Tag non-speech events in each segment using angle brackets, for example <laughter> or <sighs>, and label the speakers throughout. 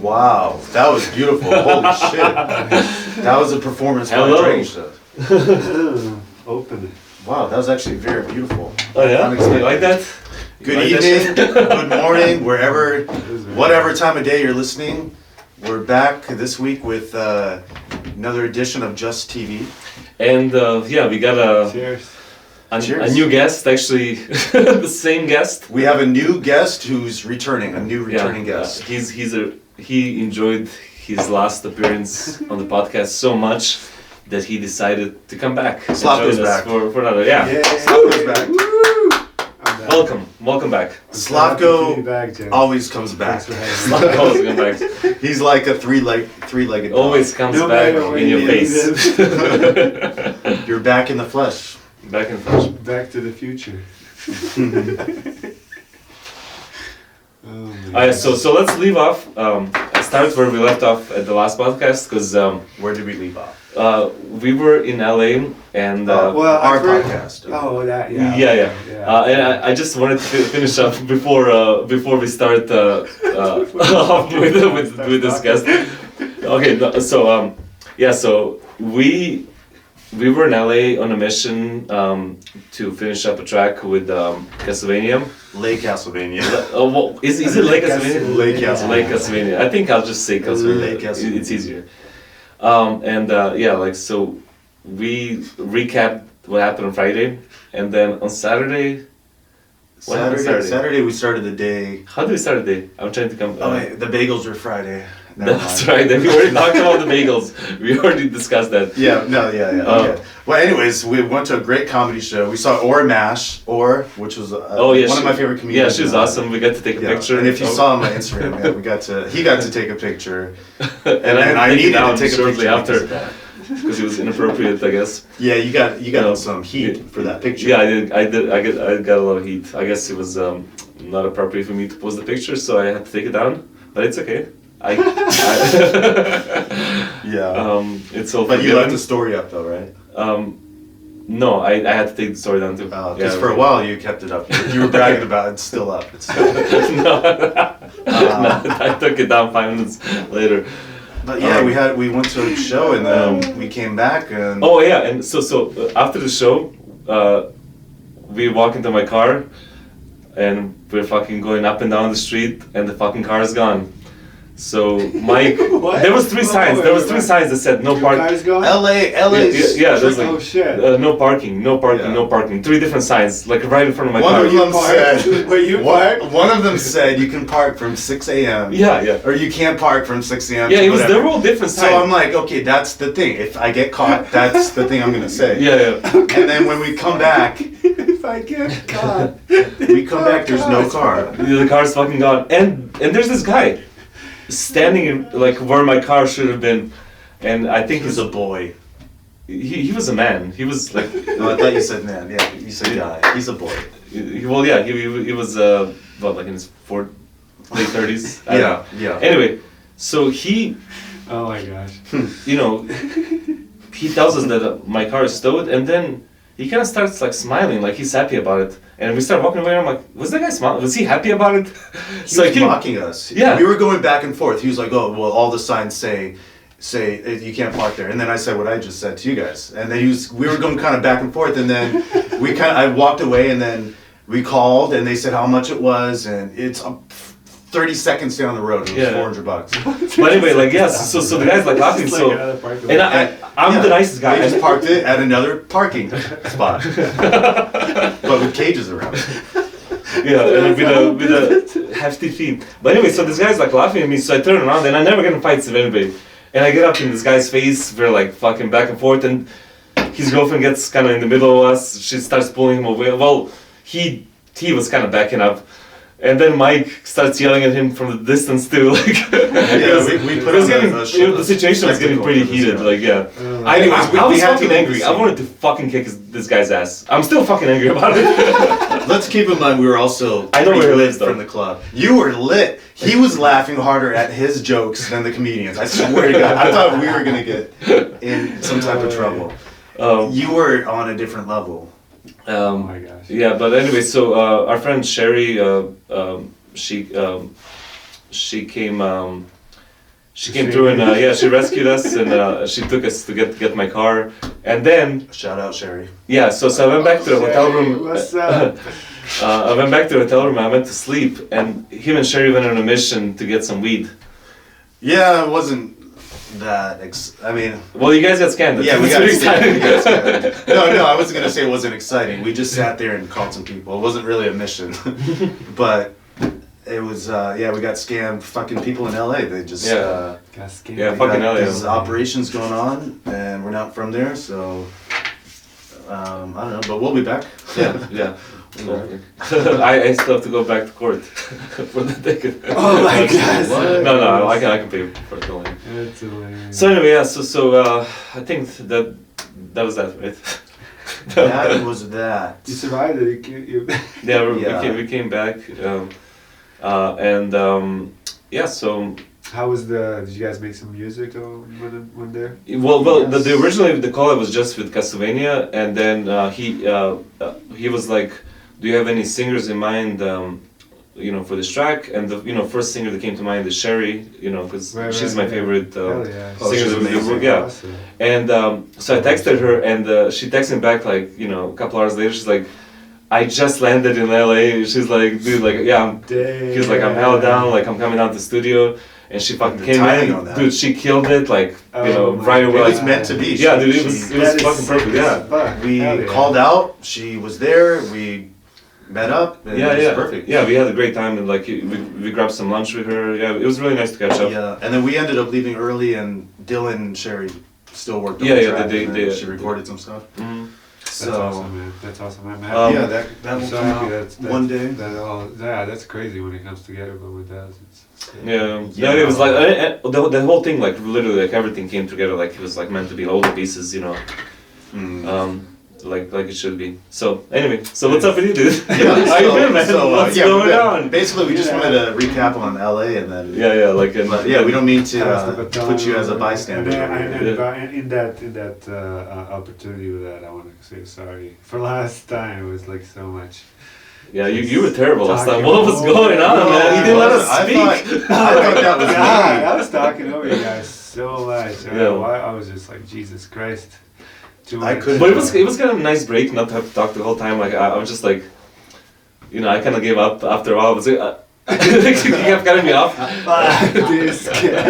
Speaker 1: Wow, that was beautiful.
Speaker 2: <laughs>
Speaker 1: Holy shit. That was a performance by
Speaker 2: Hello.
Speaker 1: Dragon Show.
Speaker 3: Open it.
Speaker 1: Wow, that was actually very beautiful.
Speaker 2: Oh yeah,
Speaker 1: Unexpected.
Speaker 2: you like that? You
Speaker 1: Good
Speaker 2: like that
Speaker 1: evening,
Speaker 2: shit?
Speaker 1: good
Speaker 3: <laughs>
Speaker 1: morning, wherever,
Speaker 3: is very-
Speaker 1: whatever time of day you're listening. We're back this week with uh, another edition of Just TV.
Speaker 2: And uh, yeah, we got a,
Speaker 3: Cheers.
Speaker 2: a, a
Speaker 1: Cheers.
Speaker 2: new guest. Actually, <laughs> the same guest.
Speaker 1: We have a new guest who's returning, a new
Speaker 2: Yeah,
Speaker 1: returning guest.
Speaker 2: uh, he's he's a he enjoyed his last appearance on the podcast so much that he decided to come back. and
Speaker 1: Slap
Speaker 2: join
Speaker 1: is
Speaker 2: us
Speaker 1: back.
Speaker 2: for, for another. Yeah.
Speaker 1: Yay, Slavko's back.
Speaker 3: I'm back.
Speaker 2: Welcome, welcome back.
Speaker 3: I'm glad to
Speaker 1: Slavko-
Speaker 3: see you back, Jim.
Speaker 1: Always comes back.
Speaker 3: Thanks for
Speaker 2: <laughs>
Speaker 3: having me.
Speaker 2: Always come back.
Speaker 1: He's like a three leg, three legged.
Speaker 2: Always comes
Speaker 3: No
Speaker 2: back
Speaker 3: matter
Speaker 2: in
Speaker 3: when
Speaker 2: your
Speaker 3: you
Speaker 2: face.
Speaker 1: You're back in the flesh.
Speaker 2: <laughs> back in flesh.
Speaker 3: Back to the
Speaker 2: <laughs>
Speaker 3: future. oh, man.
Speaker 2: Alright, so so let's leave off. Um, I start where we left off at the last podcast because um,
Speaker 1: Where did we leave off?
Speaker 2: uh, we were in LA and. Uh,
Speaker 1: Uh,
Speaker 3: Oh, well,
Speaker 1: our
Speaker 3: I've heard-
Speaker 1: podcast.
Speaker 3: Oh, that,
Speaker 2: Yeah,
Speaker 3: yeah.
Speaker 2: yeah.
Speaker 3: okay,
Speaker 2: Uh, and I, I just wanted to fi- finish up before uh, before we start uh, uh, <laughs> with, with, with this guest. Okay, no, so um, yeah, so we we were in LA on a mission um, to finish up a track with um, Castlevania.
Speaker 1: Lake
Speaker 2: <laughs>
Speaker 1: Castlevania.
Speaker 2: Uh, well, is, is it Lake Castlevania?
Speaker 1: Lake
Speaker 2: It's Lake
Speaker 1: Castlevania.
Speaker 2: Castlevania. I think I'll just say Castlevania.
Speaker 1: Lake Castlevania.
Speaker 2: It- It's easier. Um, and uh, yeah, like so, we recapped what happened on Friday, and then on Saturday. What happened
Speaker 1: Saturday,
Speaker 2: Saturday? Uh,
Speaker 1: Saturday we started the day.
Speaker 2: How do we start the day? I'm trying to come.
Speaker 1: Oh,
Speaker 2: uh,
Speaker 1: wait, the bagels were Friday. Never
Speaker 2: <laughs> that's
Speaker 1: mind.
Speaker 2: right. We already talked
Speaker 1: <laughs>
Speaker 2: about the bagels. We already discussed that.
Speaker 1: Yeah, no, yeah, yeah.
Speaker 2: <laughs> Oh.
Speaker 1: Okay. Well, anyways, we went to a great comedy show. We saw Or Mash, Or, which was uh,
Speaker 2: Oh yeah,
Speaker 1: one
Speaker 2: she-
Speaker 1: of my favorite
Speaker 2: Yeah,
Speaker 1: comedians.
Speaker 2: she's
Speaker 1: now.
Speaker 2: awesome. We got to take a
Speaker 1: Yeah,
Speaker 2: picture.
Speaker 1: And if you
Speaker 2: Oh.
Speaker 1: saw him on Instagram, yeah, we got to he got to take a picture.
Speaker 2: <laughs> and,
Speaker 1: and I
Speaker 2: I
Speaker 1: needed to
Speaker 2: needed down
Speaker 1: take a
Speaker 2: shortly
Speaker 1: picture because
Speaker 2: after
Speaker 1: of
Speaker 2: <laughs>
Speaker 1: that.
Speaker 2: because it was inappropriate, I guess.
Speaker 1: Yeah, you got you got
Speaker 2: Yeah.
Speaker 1: some heat for that picture.
Speaker 2: Yeah, I did. I did. I got. I got a lot of heat. I guess it was um, not appropriate for me to post the picture, so I had to take it down. But it's okay.
Speaker 1: <laughs>
Speaker 2: I. I <laughs>
Speaker 1: yeah.
Speaker 2: um, it's all.
Speaker 1: but you left
Speaker 2: forgiven.
Speaker 1: the story up though, right?
Speaker 2: Um, no, I, I had to take the story down too.
Speaker 1: Because
Speaker 2: Yeah.
Speaker 1: Uh, Oh,
Speaker 2: <laughs>
Speaker 1: for a while you kept it up. You, you were bragging about it. It's still up. It's still up.
Speaker 2: no, <laughs>
Speaker 1: Ah.
Speaker 2: no, I took it down five minutes later.
Speaker 1: But yeah,
Speaker 2: Um,
Speaker 1: we had we went to a show and then we came back and
Speaker 2: Oh yeah, and so so uh, after the show, uh, we walk into my car, and we're fucking going up and down the street, and the fucking car is gone.
Speaker 1: <laughs>
Speaker 2: So Mike,
Speaker 3: What?
Speaker 2: there was three
Speaker 1: Oh,
Speaker 2: signs. There was three signs that said no
Speaker 3: Your
Speaker 2: parking.
Speaker 3: car's gone?
Speaker 1: L.A.
Speaker 2: Yeah,
Speaker 1: L.A.
Speaker 2: yeah, yeah, there's like
Speaker 3: Oh, shit.
Speaker 2: uh, no parking, no parking,
Speaker 1: Yeah.
Speaker 2: no parking. Three different signs, like right in front of my
Speaker 1: One
Speaker 2: car.
Speaker 1: of them
Speaker 3: parked? <laughs>
Speaker 1: said.
Speaker 3: Were you
Speaker 1: one,
Speaker 3: parked?
Speaker 1: one of them said you can park from 6 a.m.
Speaker 2: Yeah, yeah.
Speaker 1: Or you can't park from 6 a.m.
Speaker 2: Yeah,
Speaker 1: to
Speaker 2: it was.
Speaker 1: whatever.
Speaker 2: They were all different
Speaker 1: So
Speaker 2: signs.
Speaker 1: I'm like, okay, that's the thing. If I get
Speaker 2: <laughs>
Speaker 1: caught, that's the thing I'm gonna say.
Speaker 2: yeah, yeah.
Speaker 1: And then when we come
Speaker 3: <laughs>
Speaker 1: back,
Speaker 3: if I get caught.
Speaker 2: <laughs>
Speaker 1: we
Speaker 2: Oh,
Speaker 1: come back. There's no car.
Speaker 2: Yeah, the car's fucking gone and and there's this guy standing in, like where my car should have been and i think he's a
Speaker 1: boy.
Speaker 2: he, he was a man he was like <laughs>
Speaker 1: No, Oh, I thought you said man. Yeah, you said guy. He's a boy.
Speaker 2: he, well yeah he, he, he was uh what like in his four late 30s I don't
Speaker 1: Yeah,
Speaker 2: know.
Speaker 1: yeah.
Speaker 2: anyway so he
Speaker 3: Oh my gosh.
Speaker 2: you know he tells us that uh, my car is towed and then he kind of starts like smiling like he's happy about it and we start walking away i'm like was that guy smiling was he happy about it
Speaker 1: He
Speaker 2: so I
Speaker 1: was
Speaker 2: keep-
Speaker 1: mocking us.
Speaker 2: Yeah.
Speaker 1: We were going back and forth. He was like, "Oh, well, all the signs say, say eh, you can't park there." And then I said what I just said to you guys. And then he was, we were going kind of back and forth. And
Speaker 2: <laughs>
Speaker 1: then we kind of, I walked away, and then we called, and they said how much it was, and it's um, thirty seconds down the road. It was
Speaker 2: Yeah.
Speaker 1: four hundred bucks.
Speaker 2: But anyway, like yeah, so so the guy's like laughing,
Speaker 3: It's like
Speaker 2: so
Speaker 3: another parking lot.
Speaker 2: and I, I <laughs> I'm
Speaker 1: Yeah.
Speaker 2: the nicest guy.
Speaker 1: They just parked it at another parking
Speaker 2: <laughs>
Speaker 1: spot, but with cages around. it.
Speaker 2: yeah, and with a with a hefty fee. But anyway, so this guy's like laughing at me, so I turn around and I never get in fights with anybody. And I get up in this guy's face, we're like fucking back and forth, and his girlfriend gets kind of in the middle of us. She starts pulling him away. Well, he he was kind of backing up. And then Mike starts yelling at him from the distance too. <laughs> Like, it was,
Speaker 1: we- we
Speaker 2: it
Speaker 1: put
Speaker 2: was
Speaker 1: on a-
Speaker 2: getting,
Speaker 1: a
Speaker 2: it- the
Speaker 1: shitless
Speaker 2: situation was getting
Speaker 1: spectacle
Speaker 2: pretty
Speaker 1: for this
Speaker 2: heated.
Speaker 1: guy.
Speaker 2: Like, yeah.
Speaker 3: Uh,
Speaker 2: I,
Speaker 1: Anyways, we-
Speaker 2: I
Speaker 1: we
Speaker 2: was
Speaker 1: had to
Speaker 2: fucking
Speaker 1: leave
Speaker 2: angry.
Speaker 1: the
Speaker 2: I
Speaker 1: scene.
Speaker 2: wanted to fucking kick his, this guy's ass. I'm still fucking angry about
Speaker 1: <laughs>
Speaker 2: it.
Speaker 1: Let's keep in mind we were also
Speaker 2: I know
Speaker 1: pretty
Speaker 2: where it
Speaker 1: lit
Speaker 2: is, though.
Speaker 1: from the club. You were lit. He was laughing harder at his jokes than the comedians. I swear to God, I thought we were gonna get in some type of trouble.
Speaker 2: um,
Speaker 1: You were on a different level.
Speaker 3: Oh
Speaker 2: um,
Speaker 3: my gosh.
Speaker 2: Yeah, but anyway, so uh, our friend Sherry, uh, um, she um, she came um, She came through and uh, yeah, she rescued us and uh, she took us to get get my car. And then
Speaker 1: Shout out Sherry.
Speaker 2: yeah, so so I went back to the hotel room.
Speaker 3: What's
Speaker 2: <laughs>
Speaker 3: up?
Speaker 2: Uh, I went back to the hotel room. I went to sleep, and him and Sherry went on a mission to get some weed.
Speaker 1: Yeah, it wasn't that. Ex- I mean,
Speaker 2: Well, you guys got scammed. That's-
Speaker 1: yeah, we
Speaker 2: that's
Speaker 1: got
Speaker 2: pretty
Speaker 1: excited.
Speaker 2: exciting.
Speaker 1: We got excited.
Speaker 2: <laughs>
Speaker 1: No, no, I wasn't gonna say it wasn't exciting. We just sat there and called some people. It wasn't really a mission, <laughs> but it was. Uh, yeah, we got scammed. Fucking people in LA. They just.
Speaker 2: Yeah.
Speaker 1: Uh,
Speaker 3: Cascade.
Speaker 2: Yeah,
Speaker 1: we
Speaker 2: fucking
Speaker 1: got
Speaker 2: hell, yeah.
Speaker 1: These operations going on, and we're not from there, so. Um, I don't know, but we'll be back.
Speaker 2: <laughs> yeah, yeah. <laughs> I, I still have to go back to court <laughs> for the ticket.
Speaker 3: Oh
Speaker 2: <laughs>
Speaker 3: my gosh.
Speaker 2: No, no, I can, I can pay for it. don't worry.
Speaker 3: That's hilarious.
Speaker 2: So anyway, yeah. So so uh, I think that that was that, right?
Speaker 1: <laughs>
Speaker 2: <laughs>
Speaker 1: that was that.
Speaker 3: you survived it. You, can't- you, <laughs>
Speaker 2: yeah, we,
Speaker 1: Yeah.
Speaker 2: We, came, we came back, um, uh, and um, yeah. So
Speaker 3: how was the? Did you guys make some music oh, when when there?
Speaker 2: well, well, the, the
Speaker 1: Yes.
Speaker 2: originally the collab was just with Castlevania, and then uh, he uh, uh, he was like, "Do you have any singers in mind?" Um, you know, for this track, and the you know first singer that came to mind is Sherry. You know, because
Speaker 3: Right,
Speaker 2: she's
Speaker 3: right,
Speaker 2: my
Speaker 3: yeah.
Speaker 2: favorite. Uh,
Speaker 3: Hell yeah.
Speaker 1: Oh, she's
Speaker 2: singers of the
Speaker 1: amazing.
Speaker 2: group, yeah.
Speaker 3: Awesome.
Speaker 2: And um, so I texted her, and uh, she texted me back like you know a couple hours later. She's like, "I just landed in LA." She's like, "Dude, like yeah, I'm
Speaker 3: Damn.
Speaker 2: He's like, I'm held down, like I'm coming out the studio, and she fucking
Speaker 1: The
Speaker 2: came
Speaker 1: timing
Speaker 2: in,
Speaker 1: on that.
Speaker 2: dude. She killed it, like
Speaker 3: Oh
Speaker 2: you know
Speaker 3: my
Speaker 2: right
Speaker 1: It
Speaker 2: away.
Speaker 1: was meant to be.
Speaker 2: Yeah, dude, it
Speaker 1: She-
Speaker 2: was
Speaker 1: she-
Speaker 2: it was
Speaker 3: That is
Speaker 2: fucking
Speaker 3: sick
Speaker 2: perfect.
Speaker 3: as
Speaker 2: Yeah,
Speaker 3: fuck.
Speaker 1: We
Speaker 3: Hell yeah.
Speaker 1: called out. She was there. We met up. And
Speaker 2: yeah,
Speaker 1: it was
Speaker 2: yeah,
Speaker 1: Perfect.
Speaker 2: yeah. We had a great time, and like we we grabbed some lunch with her. Yeah, it was really nice to catch up.
Speaker 1: Yeah, and then we ended up leaving early, and Dylan and Sherry still worked on
Speaker 2: Yeah,
Speaker 1: the
Speaker 2: yeah,
Speaker 1: track.
Speaker 2: they-
Speaker 1: and then
Speaker 2: they- they-
Speaker 1: she recorded some stuff.
Speaker 2: Mhm.
Speaker 1: Mm-hmm.
Speaker 3: That's
Speaker 1: So
Speaker 3: awesome, man. That's awesome. I'm happy.
Speaker 2: Um,
Speaker 1: yeah, that that
Speaker 3: I'm
Speaker 1: will
Speaker 3: so
Speaker 1: come
Speaker 3: happy
Speaker 1: out
Speaker 3: that's, that's
Speaker 1: one day.
Speaker 3: That all, yeah, that's crazy when it comes together, but when it does, it's. it's
Speaker 2: Yeah,
Speaker 1: Yeah.
Speaker 2: yeah. it was like I, I, the, the whole thing, like literally, like everything came together. Like it was like meant to be all the pieces, you know,
Speaker 1: Mm.
Speaker 2: um, like like it should be. So anyway, so what's up with you,
Speaker 1: <laughs>
Speaker 2: dude? <laughs> How you
Speaker 1: so-
Speaker 2: been, man?
Speaker 1: so, uh,
Speaker 2: what's
Speaker 1: yeah,
Speaker 2: going
Speaker 1: we've been-
Speaker 2: on?
Speaker 1: Basically, we just
Speaker 3: Yeah.
Speaker 1: wanted to recap on LA, and then
Speaker 2: Yeah, yeah, like and,
Speaker 1: but yeah, we don't mean to
Speaker 3: Pass the
Speaker 1: uh,
Speaker 3: baton
Speaker 1: put you as a
Speaker 3: over.
Speaker 1: bystander.
Speaker 3: And, I- and
Speaker 2: Yeah.
Speaker 3: by- and in that in that uh, uh, opportunity with that, I want to say sorry for last time. It was like so much.
Speaker 2: Yeah, you, you were terrible last time.
Speaker 3: Talking
Speaker 2: What was
Speaker 3: over
Speaker 2: going on,
Speaker 3: and
Speaker 2: man? You didn't let us
Speaker 1: I
Speaker 2: speak.
Speaker 1: Thought, I thought that
Speaker 2: <laughs>
Speaker 1: was
Speaker 3: God, I
Speaker 1: me.
Speaker 3: was talking over you guys so much. I, don't know
Speaker 2: Yeah.
Speaker 3: why, I was just like Jesus Christ. Too
Speaker 1: I
Speaker 3: much.
Speaker 1: couldn't-
Speaker 2: But it was it was kind of a nice break not to have to talk the whole time. Like I, I was just like, you know, I kind of gave up after a while. I was like, uh, <laughs> you kept cutting me off. I
Speaker 3: Fuck <laughs> this guy.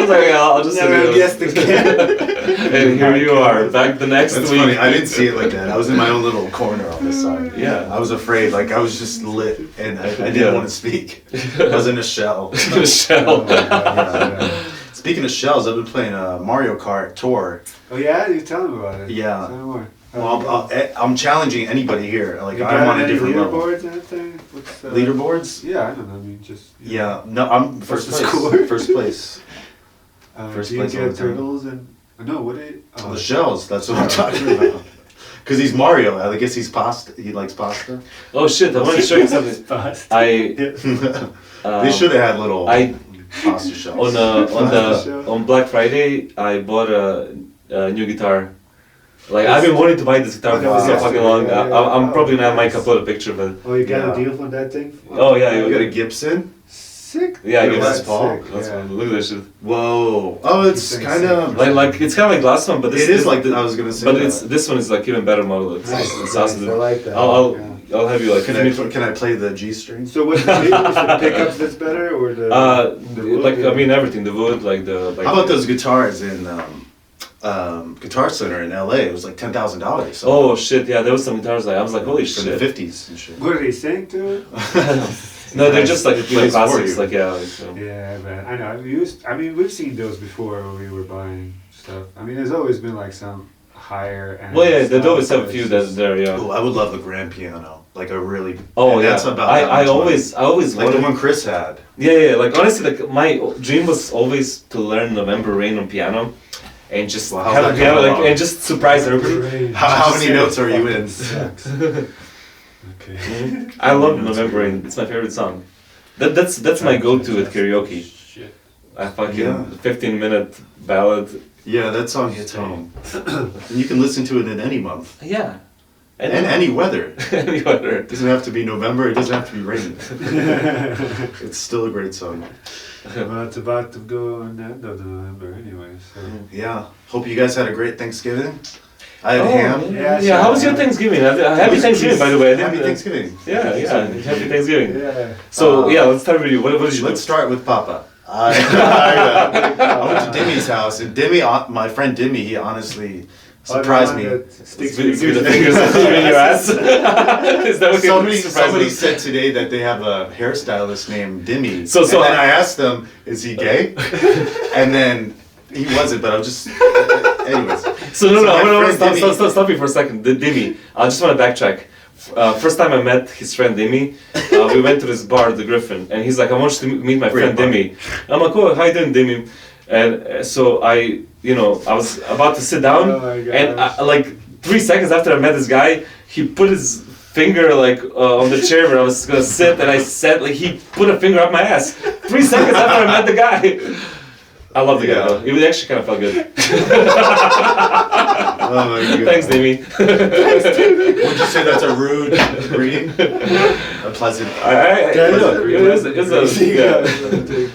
Speaker 2: was like, yeah, I'll just sit
Speaker 3: Never
Speaker 2: here.
Speaker 3: guessed
Speaker 1: <laughs>
Speaker 3: again.
Speaker 2: <laughs> And here you are, back the next
Speaker 1: That's
Speaker 2: week.
Speaker 1: funny. I didn't
Speaker 2: <laughs>
Speaker 1: see it like that. I was in my own little corner on this side.
Speaker 2: Yeah.
Speaker 1: I was afraid. Like I was just lit, and I, I didn't
Speaker 2: Yeah.
Speaker 1: want to speak. I was in a
Speaker 2: <laughs>
Speaker 1: shell.
Speaker 3: Oh,
Speaker 2: Michelle.
Speaker 3: my God, yeah.
Speaker 1: <laughs> Speaking of shells, I've been playing uh, Mario Kart Tour.
Speaker 3: Oh yeah, you tell me about it.
Speaker 1: Yeah.
Speaker 3: Tell me more.
Speaker 2: Oh,
Speaker 1: Well, I'm, I'll- eh, I'm challenging anybody here. Like
Speaker 3: You
Speaker 1: I'm
Speaker 3: got
Speaker 1: on a
Speaker 3: any
Speaker 1: different level.
Speaker 3: leaderboards and everything? What's, uh,
Speaker 1: Leaderboards?
Speaker 3: Yeah, I don't know. I mean, just
Speaker 1: Yeah. No, I'm first
Speaker 3: What's
Speaker 1: place.
Speaker 3: the score?
Speaker 1: First place.
Speaker 3: Uh,
Speaker 1: First
Speaker 3: do you
Speaker 1: place all
Speaker 3: get
Speaker 1: the time.
Speaker 3: turtles and no? What uh, it?
Speaker 1: <laughs>
Speaker 2: Oh.
Speaker 1: the
Speaker 3: <laughs>
Speaker 1: shells. That's what I'm talking
Speaker 2: <laughs>
Speaker 1: about. Because he's Mario. I guess he's pasta. He likes pasta. <laughs>
Speaker 2: Oh shit! I want to show you something. I um,
Speaker 1: they should have had little
Speaker 2: I
Speaker 1: pasta shells.
Speaker 2: on uh, on the on Black Friday, I bought a, a new guitar. Like I've been wanting to buy this guitar for
Speaker 1: Wow.
Speaker 2: so fucking long. I, I- I'm probably not. I might
Speaker 3: Nice.
Speaker 2: upload a picture, but
Speaker 3: <laughs> Oh, you got
Speaker 1: Yeah.
Speaker 3: a deal from that thing?
Speaker 2: Oh, yeah,
Speaker 1: <laughs> You
Speaker 2: you
Speaker 1: got a Gibson?
Speaker 3: sick.
Speaker 2: Yeah,
Speaker 3: dude,
Speaker 2: I guess
Speaker 3: that's
Speaker 1: it's Paul.
Speaker 3: sick,
Speaker 2: that's
Speaker 3: yeah.
Speaker 2: look at that shit.
Speaker 1: Whoa. Oh, it's
Speaker 3: He's
Speaker 1: kind of.
Speaker 2: Like like it's kind of like last one, but this
Speaker 1: it is like that. I was gonna say.
Speaker 2: But
Speaker 1: that.
Speaker 2: it's this one is like even better model. It's,
Speaker 3: Nice,
Speaker 2: it's
Speaker 3: nice,
Speaker 2: awesome.
Speaker 3: I like that.
Speaker 2: I'll I'll,
Speaker 3: Yeah.
Speaker 2: I'll have you like
Speaker 1: Can
Speaker 2: send me
Speaker 1: I, can I play the G string?
Speaker 3: So what? Is the deal? Is the pickups that's better or the?
Speaker 2: uh
Speaker 3: the wood?
Speaker 2: like I mean everything the wood like the like
Speaker 1: How about those guitars in um, um, Guitar Center in LA? It was like ten thousand dollars.
Speaker 2: Oh shit! Yeah, there was some guitars like I was like holy
Speaker 1: from the <laughs>
Speaker 2: shit. <laughs>
Speaker 1: fifties and
Speaker 2: uh,
Speaker 1: shit.
Speaker 3: What are they saying to
Speaker 2: Oh.
Speaker 3: it?
Speaker 2: No, they're just like
Speaker 1: It
Speaker 2: like
Speaker 1: plays for
Speaker 2: classics.
Speaker 1: you.
Speaker 2: Like yeah. Like, so.
Speaker 3: Yeah, man. I know. I've used. I mean, we've seen those before when we were buying stuff. I mean, there's always been like some higher end.
Speaker 2: Well, yeah, they
Speaker 3: stuff,
Speaker 2: always have
Speaker 3: but
Speaker 2: a
Speaker 3: it's
Speaker 2: few
Speaker 3: just-
Speaker 2: that there. Yeah.
Speaker 1: Oh, I would love a grand piano, like a really.
Speaker 2: Oh
Speaker 1: and
Speaker 2: yeah.
Speaker 1: That's about. that
Speaker 2: I I
Speaker 1: much money.
Speaker 2: always I always
Speaker 1: like the
Speaker 2: wanted
Speaker 1: one Chris had.
Speaker 2: Yeah, yeah, like honestly, like my dream was always to learn November Rain on piano, and just
Speaker 1: Well, how's
Speaker 2: have
Speaker 1: that
Speaker 2: a piano,
Speaker 1: coming
Speaker 2: like,
Speaker 1: along?
Speaker 2: and just surprise everybody.
Speaker 1: How, how many
Speaker 3: <laughs>
Speaker 1: notes are you in? <laughs>
Speaker 3: Sucks. okay.
Speaker 2: I love November Rain; it's my favorite song. That, that's that's my go-to at karaoke.
Speaker 3: Shit. <laughs>
Speaker 2: I fucking
Speaker 1: Yeah.
Speaker 2: fifteen-minute ballad. <clears throat>
Speaker 1: Yeah, that song hits home. and you can listen to it in any month.
Speaker 2: Yeah,
Speaker 1: And, any weather.
Speaker 2: <laughs> any weather.
Speaker 1: It doesn't have to be November, it doesn't have to be raining. it's still a great song.
Speaker 3: well, it's about to go on the end of November anyway, so.
Speaker 2: Mm-hmm.
Speaker 1: Yeah. Hope you guys had a great Thanksgiving. I had
Speaker 2: Oh,
Speaker 1: ham.
Speaker 2: Yeah,
Speaker 3: Yeah,
Speaker 2: yeah,
Speaker 3: sure.
Speaker 2: how was your Thanksgiving? Uh, Happy Thanksgiving, by the way. I didn't-
Speaker 1: Happy
Speaker 2: uh,
Speaker 1: Thanksgiving.
Speaker 2: Yeah, yeah, happy Thanksgiving.
Speaker 3: Yeah.
Speaker 2: So
Speaker 1: Uh,
Speaker 2: yeah, let's start with you. What, what did you
Speaker 1: Let's
Speaker 2: do?
Speaker 1: start with
Speaker 2: <laughs>
Speaker 1: Papa. I, I, uh, I went to Demi's house, and Demi, uh, my friend Demi, he honestly surprised me.
Speaker 3: Sticks
Speaker 2: with,
Speaker 3: with
Speaker 2: with the
Speaker 3: you. <laughs>
Speaker 2: fingers <laughs> in
Speaker 1: <laughs>
Speaker 2: your ass. Is <laughs> that what you
Speaker 1: Somebody,
Speaker 2: surprised
Speaker 1: somebody
Speaker 2: us?
Speaker 1: said today that they have a hairstylist named Demi.
Speaker 2: So- so
Speaker 1: and then
Speaker 2: I-
Speaker 1: I asked them, "Is he
Speaker 2: <laughs>
Speaker 1: gay?" and then he wasn't, but I was just, anyways.
Speaker 2: So
Speaker 1: So
Speaker 2: no, no,
Speaker 1: my
Speaker 2: no, no,
Speaker 1: friend
Speaker 2: stop,
Speaker 1: Dimi-
Speaker 2: stop, stop, stop you for a second. The Dimi, I just want to backtrack. Uh, first time I met his friend Dimi, uh, we went to this bar, the Griffin, and he's like, "I want you to m- meet my
Speaker 1: Great
Speaker 2: friend
Speaker 1: bar.
Speaker 2: Dimi." I'm like, "Oh, how you doing, Dimi?" And uh, so I, you know, I was about to sit down,
Speaker 3: Oh my gosh.
Speaker 2: and I, like three seconds after I met this guy, he put his finger like uh, on the chair where I was gonna sit, and I said, like, he put a finger up my ass. Three seconds after I met the guy. I love the guy
Speaker 1: Yeah.
Speaker 2: though. It actually kind of felt good.
Speaker 1: Oh
Speaker 2: <laughs>
Speaker 1: my God.
Speaker 2: Thanks, Dimi.
Speaker 1: Would you say that's a rude greeting? A pleasant.
Speaker 2: I, I,
Speaker 1: Yeah, I
Speaker 2: it was-
Speaker 1: know.
Speaker 2: it was- it was
Speaker 1: <laughs>
Speaker 2: a- <laughs> yeah.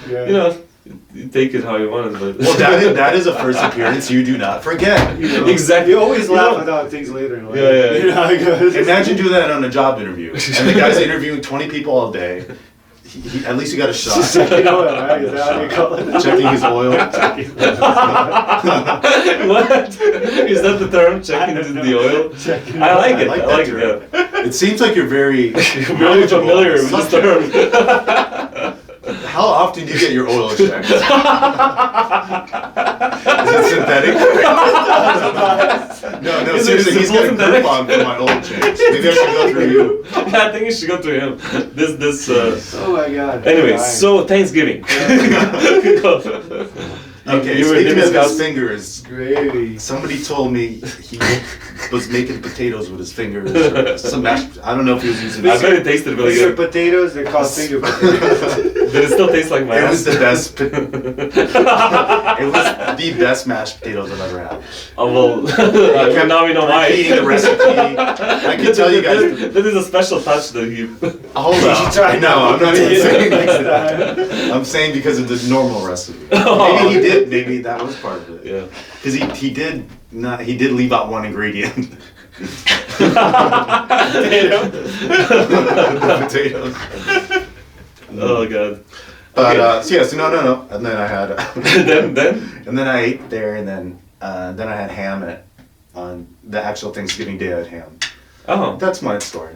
Speaker 3: yeah.
Speaker 2: You know, you take it how you want it, but.
Speaker 1: Well, that is, that is a first appearance you do not forget.
Speaker 3: You know,
Speaker 2: Exactly.
Speaker 3: You always
Speaker 2: You
Speaker 3: laugh
Speaker 2: know-
Speaker 3: about things later in life.
Speaker 2: Yeah, yeah,
Speaker 3: <laughs> You know how it goes.
Speaker 1: Imagine doing that on a job interview, and the guy's interviewing 20 people all day. He, he, at least he got a
Speaker 2: <laughs>
Speaker 3: Just
Speaker 1: shot.
Speaker 3: checking oil, right? Is that how you call it?
Speaker 1: Checking his oil.
Speaker 2: <laughs> what? Is that the term? Check
Speaker 3: I
Speaker 2: into
Speaker 3: don't
Speaker 2: the
Speaker 3: know.
Speaker 2: oil?
Speaker 3: Check in
Speaker 2: I like
Speaker 1: I
Speaker 2: it.
Speaker 1: like
Speaker 2: I
Speaker 1: that
Speaker 2: like
Speaker 1: term.
Speaker 2: it. yeah.
Speaker 1: <laughs> It seems like you're
Speaker 2: <laughs>
Speaker 1: very
Speaker 2: I'm really familiar with this
Speaker 1: Subject.
Speaker 2: term.
Speaker 1: How often do you get your
Speaker 2: <laughs>
Speaker 1: oil checked? Is it synthetic?
Speaker 2: <laughs>
Speaker 1: no, no,
Speaker 2: Is it
Speaker 1: seriously, he's got a
Speaker 2: synthetic?
Speaker 1: coupon for my oil change. <laughs> Maybe I should go through
Speaker 2: <laughs>
Speaker 1: you.
Speaker 2: I think you should go to him. This, this, uh.
Speaker 3: <laughs> Oh my god.
Speaker 2: Anyway,
Speaker 3: Fine.
Speaker 2: so Thanksgiving. <laughs> Go.
Speaker 1: Okay,
Speaker 2: You- you were
Speaker 1: speaking
Speaker 2: Dimi's
Speaker 1: of
Speaker 2: house?
Speaker 1: his fingers,
Speaker 3: gravy.
Speaker 1: somebody told me he was making potatoes with his fingers.
Speaker 2: <laughs>
Speaker 1: or Some mashed, I don't know if he was using
Speaker 2: I bet it tasted really
Speaker 3: These are
Speaker 2: good.
Speaker 3: potatoes. They're called
Speaker 2: <laughs>
Speaker 3: finger potatoes. <laughs>
Speaker 2: But it still tastes like my
Speaker 1: It was
Speaker 2: ass.
Speaker 1: the best.
Speaker 2: <laughs>
Speaker 1: po- <laughs> It was the best mashed potatoes I've ever had.
Speaker 2: Oh,
Speaker 1: <laughs>
Speaker 2: well, <laughs>
Speaker 1: kept
Speaker 2: now we know why.
Speaker 1: Eating the recipe, I can tell you guys. the-
Speaker 2: That is a special touch that you.
Speaker 1: Hold <laughs> on.
Speaker 3: try
Speaker 1: no, I'm not even <laughs>
Speaker 3: it.
Speaker 1: saying
Speaker 3: Next
Speaker 1: that.
Speaker 3: time.
Speaker 1: I'm saying because of the normal recipe.
Speaker 2: <laughs> Oh.
Speaker 1: Maybe he did. Maybe that was part of it.
Speaker 2: <laughs> Yeah.
Speaker 1: Because he, he did not he did leave out one ingredient.
Speaker 2: <laughs>
Speaker 1: <laughs> the potatoes.
Speaker 2: Oh god. <laughs>
Speaker 1: But
Speaker 2: Okay.
Speaker 1: uh, so yeah, so no, no, no. And then I had
Speaker 2: <laughs> then then
Speaker 1: and then I ate there, and then uh, then I had ham at, on the actual Thanksgiving day. I had ham.
Speaker 2: oh
Speaker 1: That's my story.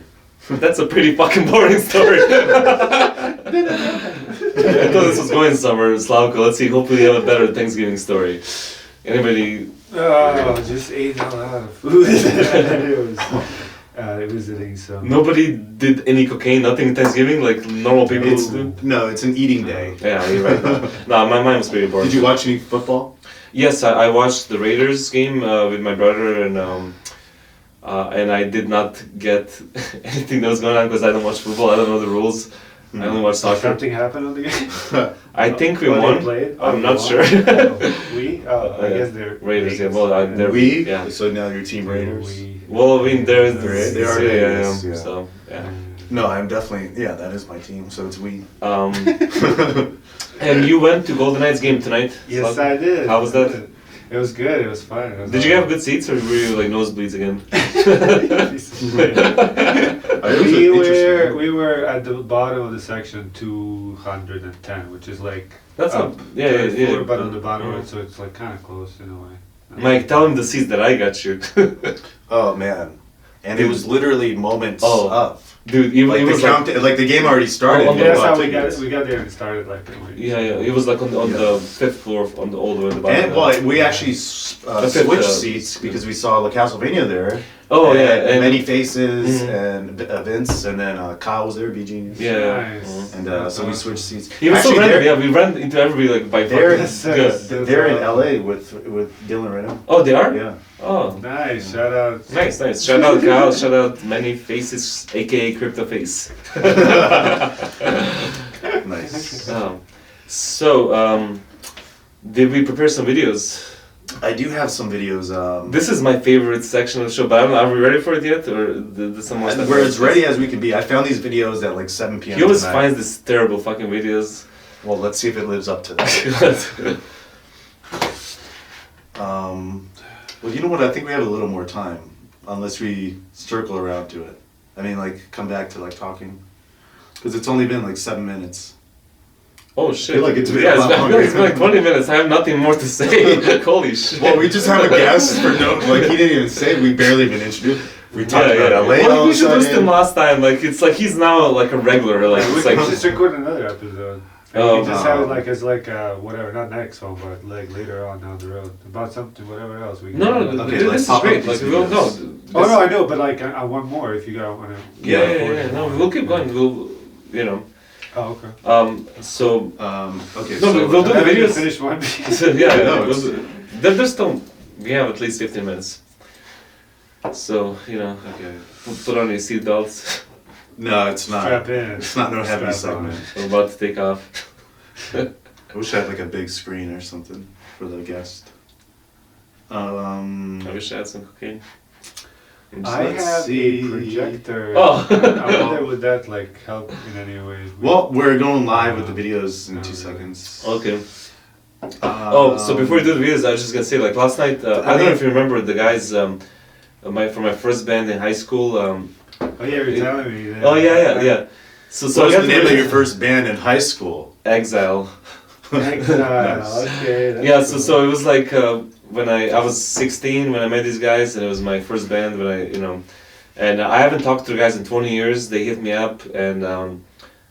Speaker 2: that's a pretty fucking boring story. <laughs> I thought this was going somewhere, Slavko. Let's see. Hopefully, you have a better Thanksgiving story. Anybody?
Speaker 3: oh, just ate a lot of food. <laughs> it was uh, visiting some.
Speaker 2: Nobody did any cocaine, nothing in Thanksgiving, like normal people
Speaker 1: It's,
Speaker 2: do.
Speaker 1: no, it's an eating day.
Speaker 2: <laughs> Yeah,
Speaker 1: <laughs>
Speaker 2: you're right. no, my mind was pretty boring.
Speaker 1: Did you watch any
Speaker 2: <laughs>
Speaker 1: football?
Speaker 2: Yes, I, I watched the Raiders game uh, with my brother, and um, uh, and I did not get <laughs> anything that was going on because I don't watch football. I don't know the rules. I only
Speaker 3: Mm-hmm.
Speaker 2: watch soccer.
Speaker 3: Something happened on the game.
Speaker 2: I think we
Speaker 3: Well, they
Speaker 2: won.
Speaker 3: played? Oh, they
Speaker 2: I'm not
Speaker 3: won.
Speaker 2: sure. <laughs>
Speaker 3: Oh, we? Oh,
Speaker 2: Yeah.
Speaker 3: I guess they're
Speaker 2: Raiders, yeah, well, I- they're-
Speaker 1: we.
Speaker 2: yeah.
Speaker 1: So now your team Raiders.
Speaker 3: We.
Speaker 2: well, I mean, there is
Speaker 1: They're- they are
Speaker 2: yeah,
Speaker 1: Raiders,
Speaker 2: yeah,
Speaker 1: yeah.
Speaker 2: um, So yeah.
Speaker 1: No, I'm definitely yeah. That is my team. So it's
Speaker 2: <laughs>
Speaker 1: we. <laughs>
Speaker 2: Um, and you went to Golden Knights game tonight.
Speaker 3: Yes,
Speaker 2: Slavko?
Speaker 3: I did.
Speaker 2: How was that?
Speaker 3: It was good. It was fun. It was
Speaker 2: Did you have
Speaker 3: alright.
Speaker 2: good seats or were you like nosebleeds again?
Speaker 3: <laughs>
Speaker 2: <laughs>
Speaker 3: we were we were at the bottom of the section 210, which is like
Speaker 2: That's
Speaker 3: up
Speaker 2: not- yeah, yeah,
Speaker 3: third
Speaker 2: yeah.
Speaker 3: floor, but on the bottom,
Speaker 2: Yeah.
Speaker 3: so it's like kind of close in a way.
Speaker 2: Mike, tell him the seats that I got you. <laughs>
Speaker 1: Oh man, and it was literally moments
Speaker 2: Oh.
Speaker 1: of
Speaker 2: Dude, it,
Speaker 1: like
Speaker 2: it
Speaker 1: the
Speaker 2: was like
Speaker 1: count. Like, the game already started.
Speaker 2: Oh,
Speaker 1: and
Speaker 2: Yeah,
Speaker 3: Yeah,
Speaker 1: we
Speaker 3: that's
Speaker 2: well,
Speaker 1: bought
Speaker 3: how we got
Speaker 1: tickets.
Speaker 3: we got there and started like. anyway.
Speaker 2: Yeah, yeah, it was like on, on
Speaker 1: Yeah.
Speaker 2: the fifth floor of- on the old one. The bottom.
Speaker 1: And well, we actually s- uh,
Speaker 2: That's it,
Speaker 1: switched
Speaker 2: uh,
Speaker 1: seats because we saw La Castlevania there.
Speaker 2: oh
Speaker 1: and
Speaker 2: yeah, and
Speaker 1: many faces
Speaker 2: Mhm.
Speaker 1: and B- uh, Vince, and then uh, Kyle was there, B Genius.
Speaker 2: Yeah.
Speaker 3: Nice.
Speaker 1: And uh, so we switched seats.
Speaker 2: he was so random.
Speaker 1: they're,
Speaker 2: Yeah, we ran into everybody like by
Speaker 1: There
Speaker 2: fucking-
Speaker 1: is-
Speaker 2: yeah.
Speaker 1: they're in LA with with Dylan Reno.
Speaker 2: Oh, they are.
Speaker 1: Yeah.
Speaker 2: Oh,
Speaker 3: Nice shout out.
Speaker 2: nice, nice. Shout
Speaker 1: <laughs>
Speaker 2: out Kyle. shout out many faces, aka Crypto
Speaker 1: <laughs>
Speaker 2: Face.
Speaker 1: Nice.
Speaker 2: Um, so, um, did we prepare some videos?
Speaker 1: <laughs> I do have some videos. Um,
Speaker 2: This is my favorite section of the show, but I don't know, are we ready for it yet? Or th- there's some more stuff?
Speaker 1: we're as ready as we can be. I found these videos at like 7 p.m.
Speaker 2: He always
Speaker 1: tonight.
Speaker 2: finds these terrible fucking
Speaker 1: <laughs>
Speaker 2: videos. <laughs>
Speaker 1: Well, let's see if it lives up to that. um, well, you know what? I think we have a little more time, unless we circle around to it. I mean, like come back to like talking, because it's only been like seven minutes.
Speaker 2: oh shit.
Speaker 1: feel like it's been
Speaker 2: yeah,
Speaker 1: a
Speaker 2: it's,
Speaker 1: lot
Speaker 2: I feel like it's been
Speaker 1: longer.
Speaker 2: like 20 minutes. I have nothing more to say. <laughs> Holy shit.
Speaker 1: Well, we just have a guest for no. Like he didn't even say. We barely even introduced. We talked
Speaker 2: Yeah,
Speaker 1: about
Speaker 2: yeah.
Speaker 1: LA. all of
Speaker 2: Well, we
Speaker 1: a
Speaker 2: introduced
Speaker 1: sudden.
Speaker 2: him last time. Like it's like he's now like a regular. Like
Speaker 3: we
Speaker 2: it's
Speaker 3: can
Speaker 2: like
Speaker 3: just record another episode. And
Speaker 2: Oh,
Speaker 3: we can just
Speaker 1: no.
Speaker 3: have it like as like uh, whatever, not next one, but like later on down the road about something, whatever else. We can
Speaker 2: no, no, no.
Speaker 1: Okay,
Speaker 2: this
Speaker 1: let's
Speaker 2: is
Speaker 1: pop up
Speaker 2: great. Like
Speaker 1: these
Speaker 2: we will no.
Speaker 1: videos.
Speaker 2: this-
Speaker 3: Oh no, I know, but like I, I want more if you guys want to.
Speaker 2: yeah, yeah, yeah,
Speaker 3: record
Speaker 2: yeah.
Speaker 3: it.
Speaker 2: No, we'll keep going. We'll, you know.
Speaker 3: Oh okay.
Speaker 2: Um. So, <laughs>
Speaker 1: Um, okay.
Speaker 2: No,
Speaker 1: so,
Speaker 2: we'll do
Speaker 3: I haven't even
Speaker 2: videos-
Speaker 3: finished one.
Speaker 2: so,
Speaker 1: No,
Speaker 2: yeah. yeah we'll
Speaker 1: it's-
Speaker 2: do- there, there's still we have at least 15 minutes. So you know,
Speaker 1: Okay.
Speaker 2: put, put on your seatbelts.
Speaker 1: No, it's
Speaker 3: <laughs>
Speaker 1: not.
Speaker 3: Strap in.
Speaker 1: It's not no heavy
Speaker 3: Strap on.
Speaker 1: segment.
Speaker 2: We're about to take off.
Speaker 1: I wish I had like a big screen or something for the guest. Um,
Speaker 2: I wish I had some cocaine.
Speaker 3: I
Speaker 1: Let's
Speaker 3: have
Speaker 1: see.
Speaker 3: a projector.
Speaker 2: Oh.
Speaker 3: I wonder would that like help in any way?
Speaker 1: well, we're going live with the videos in two seconds.
Speaker 2: Okay.
Speaker 1: Um,
Speaker 2: Oh, so before you do the videos, I was just gonna say, like last night, uh, I don't know if you remember the guys um, my from my first band in high school. Um,
Speaker 3: Oh yeah, you're telling me. That.
Speaker 2: oh yeah, yeah, yeah. So, so
Speaker 1: So
Speaker 2: I
Speaker 1: what
Speaker 2: got
Speaker 1: was the name of your first band in high
Speaker 3: <laughs>
Speaker 1: school?
Speaker 2: Exile. <laughs>
Speaker 3: Exile. Okay. that's
Speaker 2: Yeah. So,
Speaker 3: cool.
Speaker 2: so it was like uh, when I I was 16 when I met these guys, and it was my first band when I you know, and I haven't talked to the guys in 20 years. They hit me up, and um,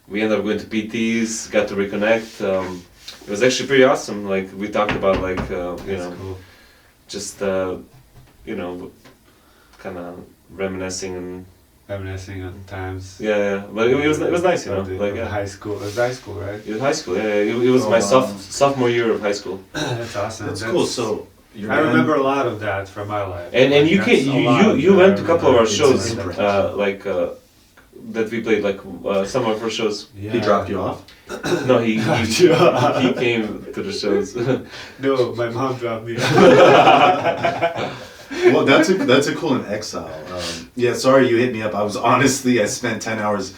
Speaker 2: we ended up going to PTs, got to reconnect. Um, it was actually pretty awesome. Like we talked about like uh, you know.
Speaker 3: That's cool.
Speaker 2: just uh, you know, kind of reminiscing and
Speaker 3: Reminiscing on times.
Speaker 2: yeah, yeah. But it, it was it was nice, you know,
Speaker 3: Of the-
Speaker 2: like
Speaker 3: of
Speaker 2: yeah.
Speaker 3: high school. It was high school,
Speaker 2: <clears throat>
Speaker 3: right?
Speaker 2: It was high school. Yeah, yeah. it, it was my
Speaker 1: Oh,
Speaker 2: soph-
Speaker 1: wow.
Speaker 2: sophomore year of high school.
Speaker 3: that's awesome.
Speaker 1: That's cool. So your
Speaker 3: I
Speaker 1: band-
Speaker 3: remember a lot of that from my life.
Speaker 2: And and
Speaker 3: Like,
Speaker 2: you
Speaker 3: that's
Speaker 2: can
Speaker 3: a
Speaker 2: you
Speaker 3: lot
Speaker 2: you, you
Speaker 3: that
Speaker 2: went to
Speaker 3: I
Speaker 2: a couple of our
Speaker 3: remember.
Speaker 2: shows,
Speaker 1: It's
Speaker 2: uh, like uh, that we played, like uh, some of our
Speaker 3: <laughs>
Speaker 2: shows.
Speaker 3: Yeah.
Speaker 1: he dropped you off.
Speaker 2: No, he he, he
Speaker 3: Yeah.
Speaker 2: came to the shows. <laughs>
Speaker 3: No, my mom dropped me. off.
Speaker 1: well, that's a, that's a cool in exile. Um, yeah, sorry you hit me up. I was <laughs> honestly I spent ten hours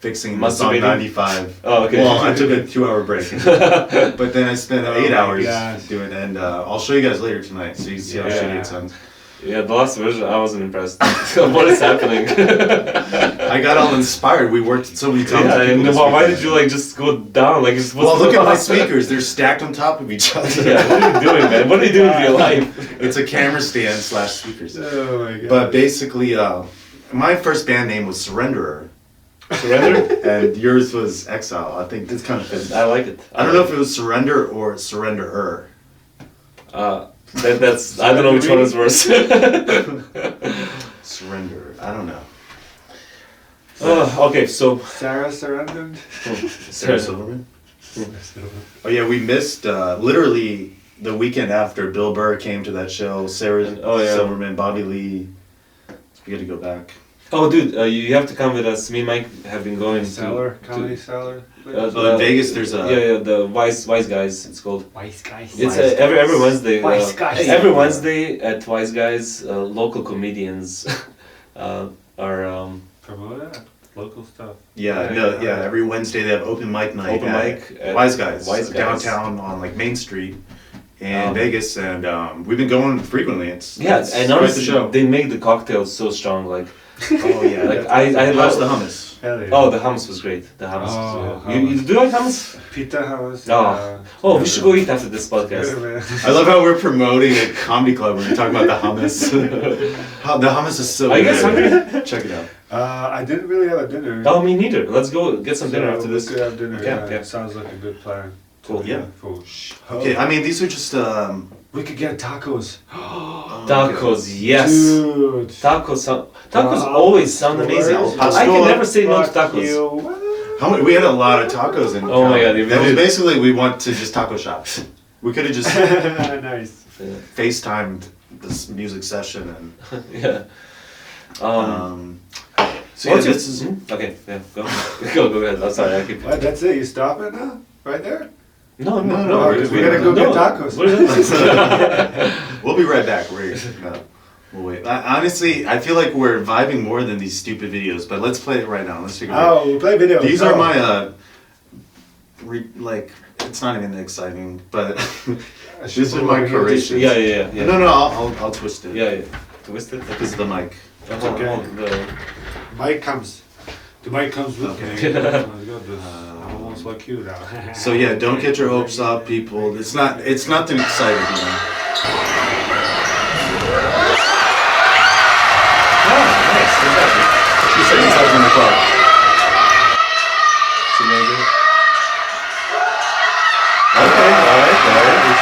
Speaker 1: fixing the song
Speaker 2: Masturbating?
Speaker 1: ninety five.
Speaker 2: <laughs> Oh, okay.
Speaker 1: Well, I took a two hour
Speaker 2: <laughs>
Speaker 1: break, but then I spent
Speaker 3: Oh
Speaker 1: eight
Speaker 3: my
Speaker 1: hours
Speaker 3: gosh.
Speaker 1: doing. it, And uh, I'll show you guys later tonight, so you can see how
Speaker 2: Yeah.
Speaker 1: shitty it sounds.
Speaker 2: yeah, the last version, I wasn't impressed. <laughs> what is happening?
Speaker 1: I got all inspired. We worked so many times.
Speaker 2: yeah, and why, why did you like just go down? Like, it's
Speaker 1: Well, look at
Speaker 2: <laughs>
Speaker 1: my
Speaker 2: speaker.
Speaker 1: speakers. They're stacked on top of each other.
Speaker 2: yeah, what are you doing, man? What are you doing with your life?
Speaker 1: It's a camera stand slash speakers.
Speaker 3: oh my god.
Speaker 1: But basically, uh, my first band name was Surrenderer,
Speaker 2: Surrender?
Speaker 1: and yours was Exile. I think that's kind of fits.
Speaker 2: I like it.
Speaker 1: I don't know if it was Surrender or Surrenderer.
Speaker 2: Uh, that, that's. I don't know which one is
Speaker 1: <laughs>
Speaker 2: worse.
Speaker 1: Surrender. I don't know.
Speaker 2: Uh, okay, so.
Speaker 3: Sarah surrendered.
Speaker 1: Sarah Silverman. Oh yeah, we missed uh, literally the weekend after Bill Burr came to that show. Sarah
Speaker 2: Oh, yeah.
Speaker 1: Silverman, Bobby Lee. We got to go back.
Speaker 2: Oh, dude, uh, you have to come with us. Me and Mike have been going to.
Speaker 3: Cellar,
Speaker 2: to-
Speaker 3: comedy cellar.
Speaker 2: uh,
Speaker 1: Oh, in Vegas, there's a-
Speaker 2: Yeah, yeah, the Wise Wise Guys, it's called.
Speaker 3: Wise guys.
Speaker 2: It's uh,
Speaker 1: Wise
Speaker 2: every, every
Speaker 1: Guys.
Speaker 2: Wednesday. uh,
Speaker 3: Wise Guys.
Speaker 2: Every Wednesday at Wise Guys, uh, local comedians <laughs> uh, are. Um,
Speaker 3: Promote that. Local stuff.
Speaker 2: Oh,
Speaker 1: Yeah,
Speaker 3: Yeah,
Speaker 1: no,
Speaker 3: yeah.
Speaker 1: yeah. Every Wednesday they have open mic night.
Speaker 2: Open
Speaker 1: at
Speaker 2: mic at
Speaker 1: Wise Guys,
Speaker 2: Wise Guys.
Speaker 1: downtown on like Main Street in
Speaker 2: Um,
Speaker 1: Vegas, and um, we've been going frequently. It's
Speaker 2: yeah,
Speaker 1: it's
Speaker 2: and
Speaker 1: quite
Speaker 2: honestly,
Speaker 1: the show.
Speaker 2: they make the cocktails so strong. Like,
Speaker 1: oh yeah,
Speaker 2: like I, I
Speaker 1: How's
Speaker 2: love
Speaker 1: the hummus?
Speaker 3: Hell yeah.
Speaker 2: Oh, the hummus was great. The hummus. was
Speaker 3: Oh,
Speaker 2: great. You, you do like hummus?
Speaker 3: Pita house.
Speaker 2: Oh.
Speaker 3: uh,
Speaker 2: Oh, we should go eat after this
Speaker 3: <laughs>
Speaker 2: podcast.
Speaker 3: Yes.
Speaker 1: I love how we're promoting a comedy club when we talk about the
Speaker 2: <laughs>
Speaker 1: hummus. How- the hummus is so.
Speaker 2: Are you
Speaker 1: good.
Speaker 2: guys hungry?
Speaker 1: Check it out.
Speaker 3: Uh, I didn't really have a dinner.
Speaker 2: Oh, me neither. Let's go get some dinner
Speaker 3: So
Speaker 2: after
Speaker 3: we
Speaker 2: this.
Speaker 3: Could have dinner.
Speaker 2: Yeah,
Speaker 3: Yeah,
Speaker 2: yeah.
Speaker 3: Sounds like a good plan.
Speaker 2: Cool.
Speaker 1: Yeah.
Speaker 3: Cool.
Speaker 1: Okay, I mean these are just um,
Speaker 3: we could get tacos.
Speaker 2: Tacos, yes.
Speaker 3: Dude.
Speaker 2: Tacos, sound, tacos
Speaker 3: Wow.
Speaker 2: always sound amazing.
Speaker 3: Pastor,
Speaker 2: I can never say no to
Speaker 3: fuck
Speaker 2: tacos.
Speaker 3: you. <laughs> What?
Speaker 1: How many? We had a lot of tacos in.
Speaker 2: Oh my God,
Speaker 1: That
Speaker 2: if
Speaker 1: was
Speaker 2: you-
Speaker 1: basically we went to just taco shops. We could have
Speaker 2: <laughs>
Speaker 1: just
Speaker 3: nice.
Speaker 1: FaceTimed this music session and.
Speaker 2: <laughs> yeah. Um,
Speaker 1: Um, so
Speaker 2: what's
Speaker 1: yeah,
Speaker 2: your-
Speaker 1: this is
Speaker 2: <laughs> Hmm? Okay, yeah, go. go, go ahead. I'm sorry, I keep.
Speaker 3: What, that's it? You stopping now? Right there?
Speaker 2: No, no,
Speaker 1: No,
Speaker 2: no.
Speaker 1: no,
Speaker 2: we-
Speaker 1: because
Speaker 2: we-
Speaker 1: we gotta
Speaker 3: go get
Speaker 2: no.
Speaker 3: tacos.
Speaker 2: What is that?
Speaker 3: <laughs>
Speaker 2: <laughs>
Speaker 1: We'll be right back. We're, no, we'll wait. I, honestly, I feel like we're vibing more than these stupid videos, but let's play it right now. Let's figure it out.
Speaker 4: Oh, we play videos.
Speaker 1: These are
Speaker 4: Oh.
Speaker 1: my, uh, re, like, it's not even exciting, but <laughs> this is my
Speaker 3: creation.
Speaker 1: creation.
Speaker 2: yeah, yeah, yeah, yeah.
Speaker 3: <laughs>
Speaker 1: No, no, I'll, I'll, I'll twist it.
Speaker 2: Yeah, yeah. Twisted.
Speaker 1: Because of the mic.
Speaker 2: That's
Speaker 3: okay. Mike comes. The mic comes with me.
Speaker 1: Okay.
Speaker 4: Oh
Speaker 1: <laughs>
Speaker 3: I got this. I'm almost like you now.
Speaker 1: So yeah, don't get your hopes up, people. It's not, it's nothing exciting. You know? Oh, You said you saw it in the car. Okay, all right, all right.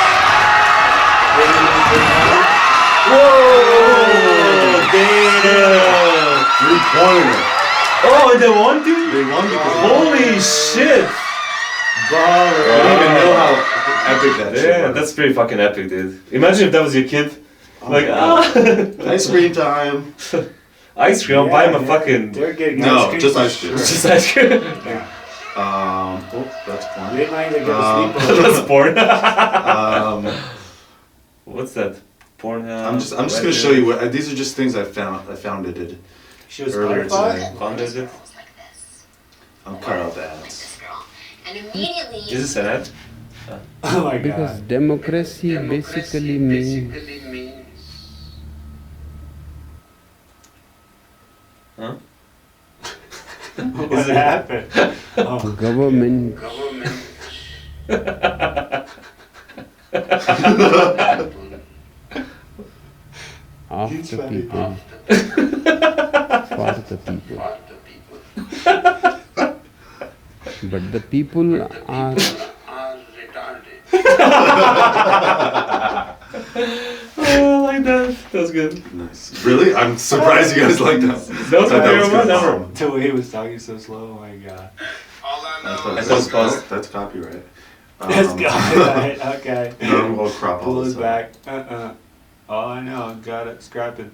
Speaker 1: Three pointer.
Speaker 2: Oh, they want to?
Speaker 1: They won because
Speaker 2: Holy shit!
Speaker 1: I don't even know how epic that shit
Speaker 2: Yeah,
Speaker 1: was.
Speaker 2: that's pretty fucking epic, dude. Imagine if that was your kid.
Speaker 1: Oh my
Speaker 2: Like,
Speaker 1: God.
Speaker 2: ah!
Speaker 1: Ice cream time.
Speaker 2: <laughs> ice cream,
Speaker 4: Yeah,
Speaker 2: buy him a
Speaker 4: yeah.
Speaker 2: fucking.
Speaker 4: They're getting
Speaker 1: No,
Speaker 4: ice
Speaker 1: just
Speaker 4: cream.
Speaker 1: ice cream.
Speaker 4: <laughs>
Speaker 2: Just ice cream. <laughs>
Speaker 1: Um, oh, that's
Speaker 4: Late
Speaker 1: porn.
Speaker 4: night, they get
Speaker 1: Um,
Speaker 4: a sleep.
Speaker 2: That's porn. <laughs>
Speaker 1: Um,
Speaker 2: What's that? uh, Pornhub.
Speaker 1: I'm just, I'm just gonna show you what, uh, these are just things I found, I found it did
Speaker 4: She was
Speaker 1: earlier
Speaker 4: Spotify.
Speaker 1: today.
Speaker 2: Found it? Is
Speaker 5: girls like this.
Speaker 1: I'll cut out the ads.
Speaker 5: This girl. And immediately.
Speaker 2: this an ad?
Speaker 4: <laughs> Oh my
Speaker 6: Because
Speaker 4: god.
Speaker 2: <laughs>
Speaker 6: democracy,
Speaker 7: Democracy
Speaker 6: basically means
Speaker 7: basically means
Speaker 4: What
Speaker 1: <laughs>
Speaker 4: happened? Oh,
Speaker 6: government.
Speaker 7: government
Speaker 6: of
Speaker 4: He's
Speaker 6: the
Speaker 4: funny.
Speaker 6: people, <laughs> for the people.
Speaker 7: for the people.
Speaker 6: But the people are
Speaker 7: Are retarded.
Speaker 2: <laughs> Oh, I like that. That was good.
Speaker 1: Nice. Really? I'm surprised you guys like that.
Speaker 2: That was
Speaker 1: I
Speaker 2: my
Speaker 1: thought
Speaker 2: favorite one
Speaker 1: gonna-
Speaker 2: ever.
Speaker 4: the way he was talking so slow, oh my god.
Speaker 7: All I
Speaker 1: I
Speaker 7: know
Speaker 1: thought
Speaker 2: That
Speaker 1: that
Speaker 2: was
Speaker 1: was
Speaker 2: fast.
Speaker 1: That's copyright. Um,
Speaker 4: Let's go.
Speaker 1: <laughs>
Speaker 4: Alright, okay.
Speaker 1: no, we'll crop all
Speaker 4: Pull
Speaker 1: this
Speaker 4: it
Speaker 1: out.
Speaker 4: back. Uh uh All I know, got it. Scrap it. <laughs>
Speaker 7: you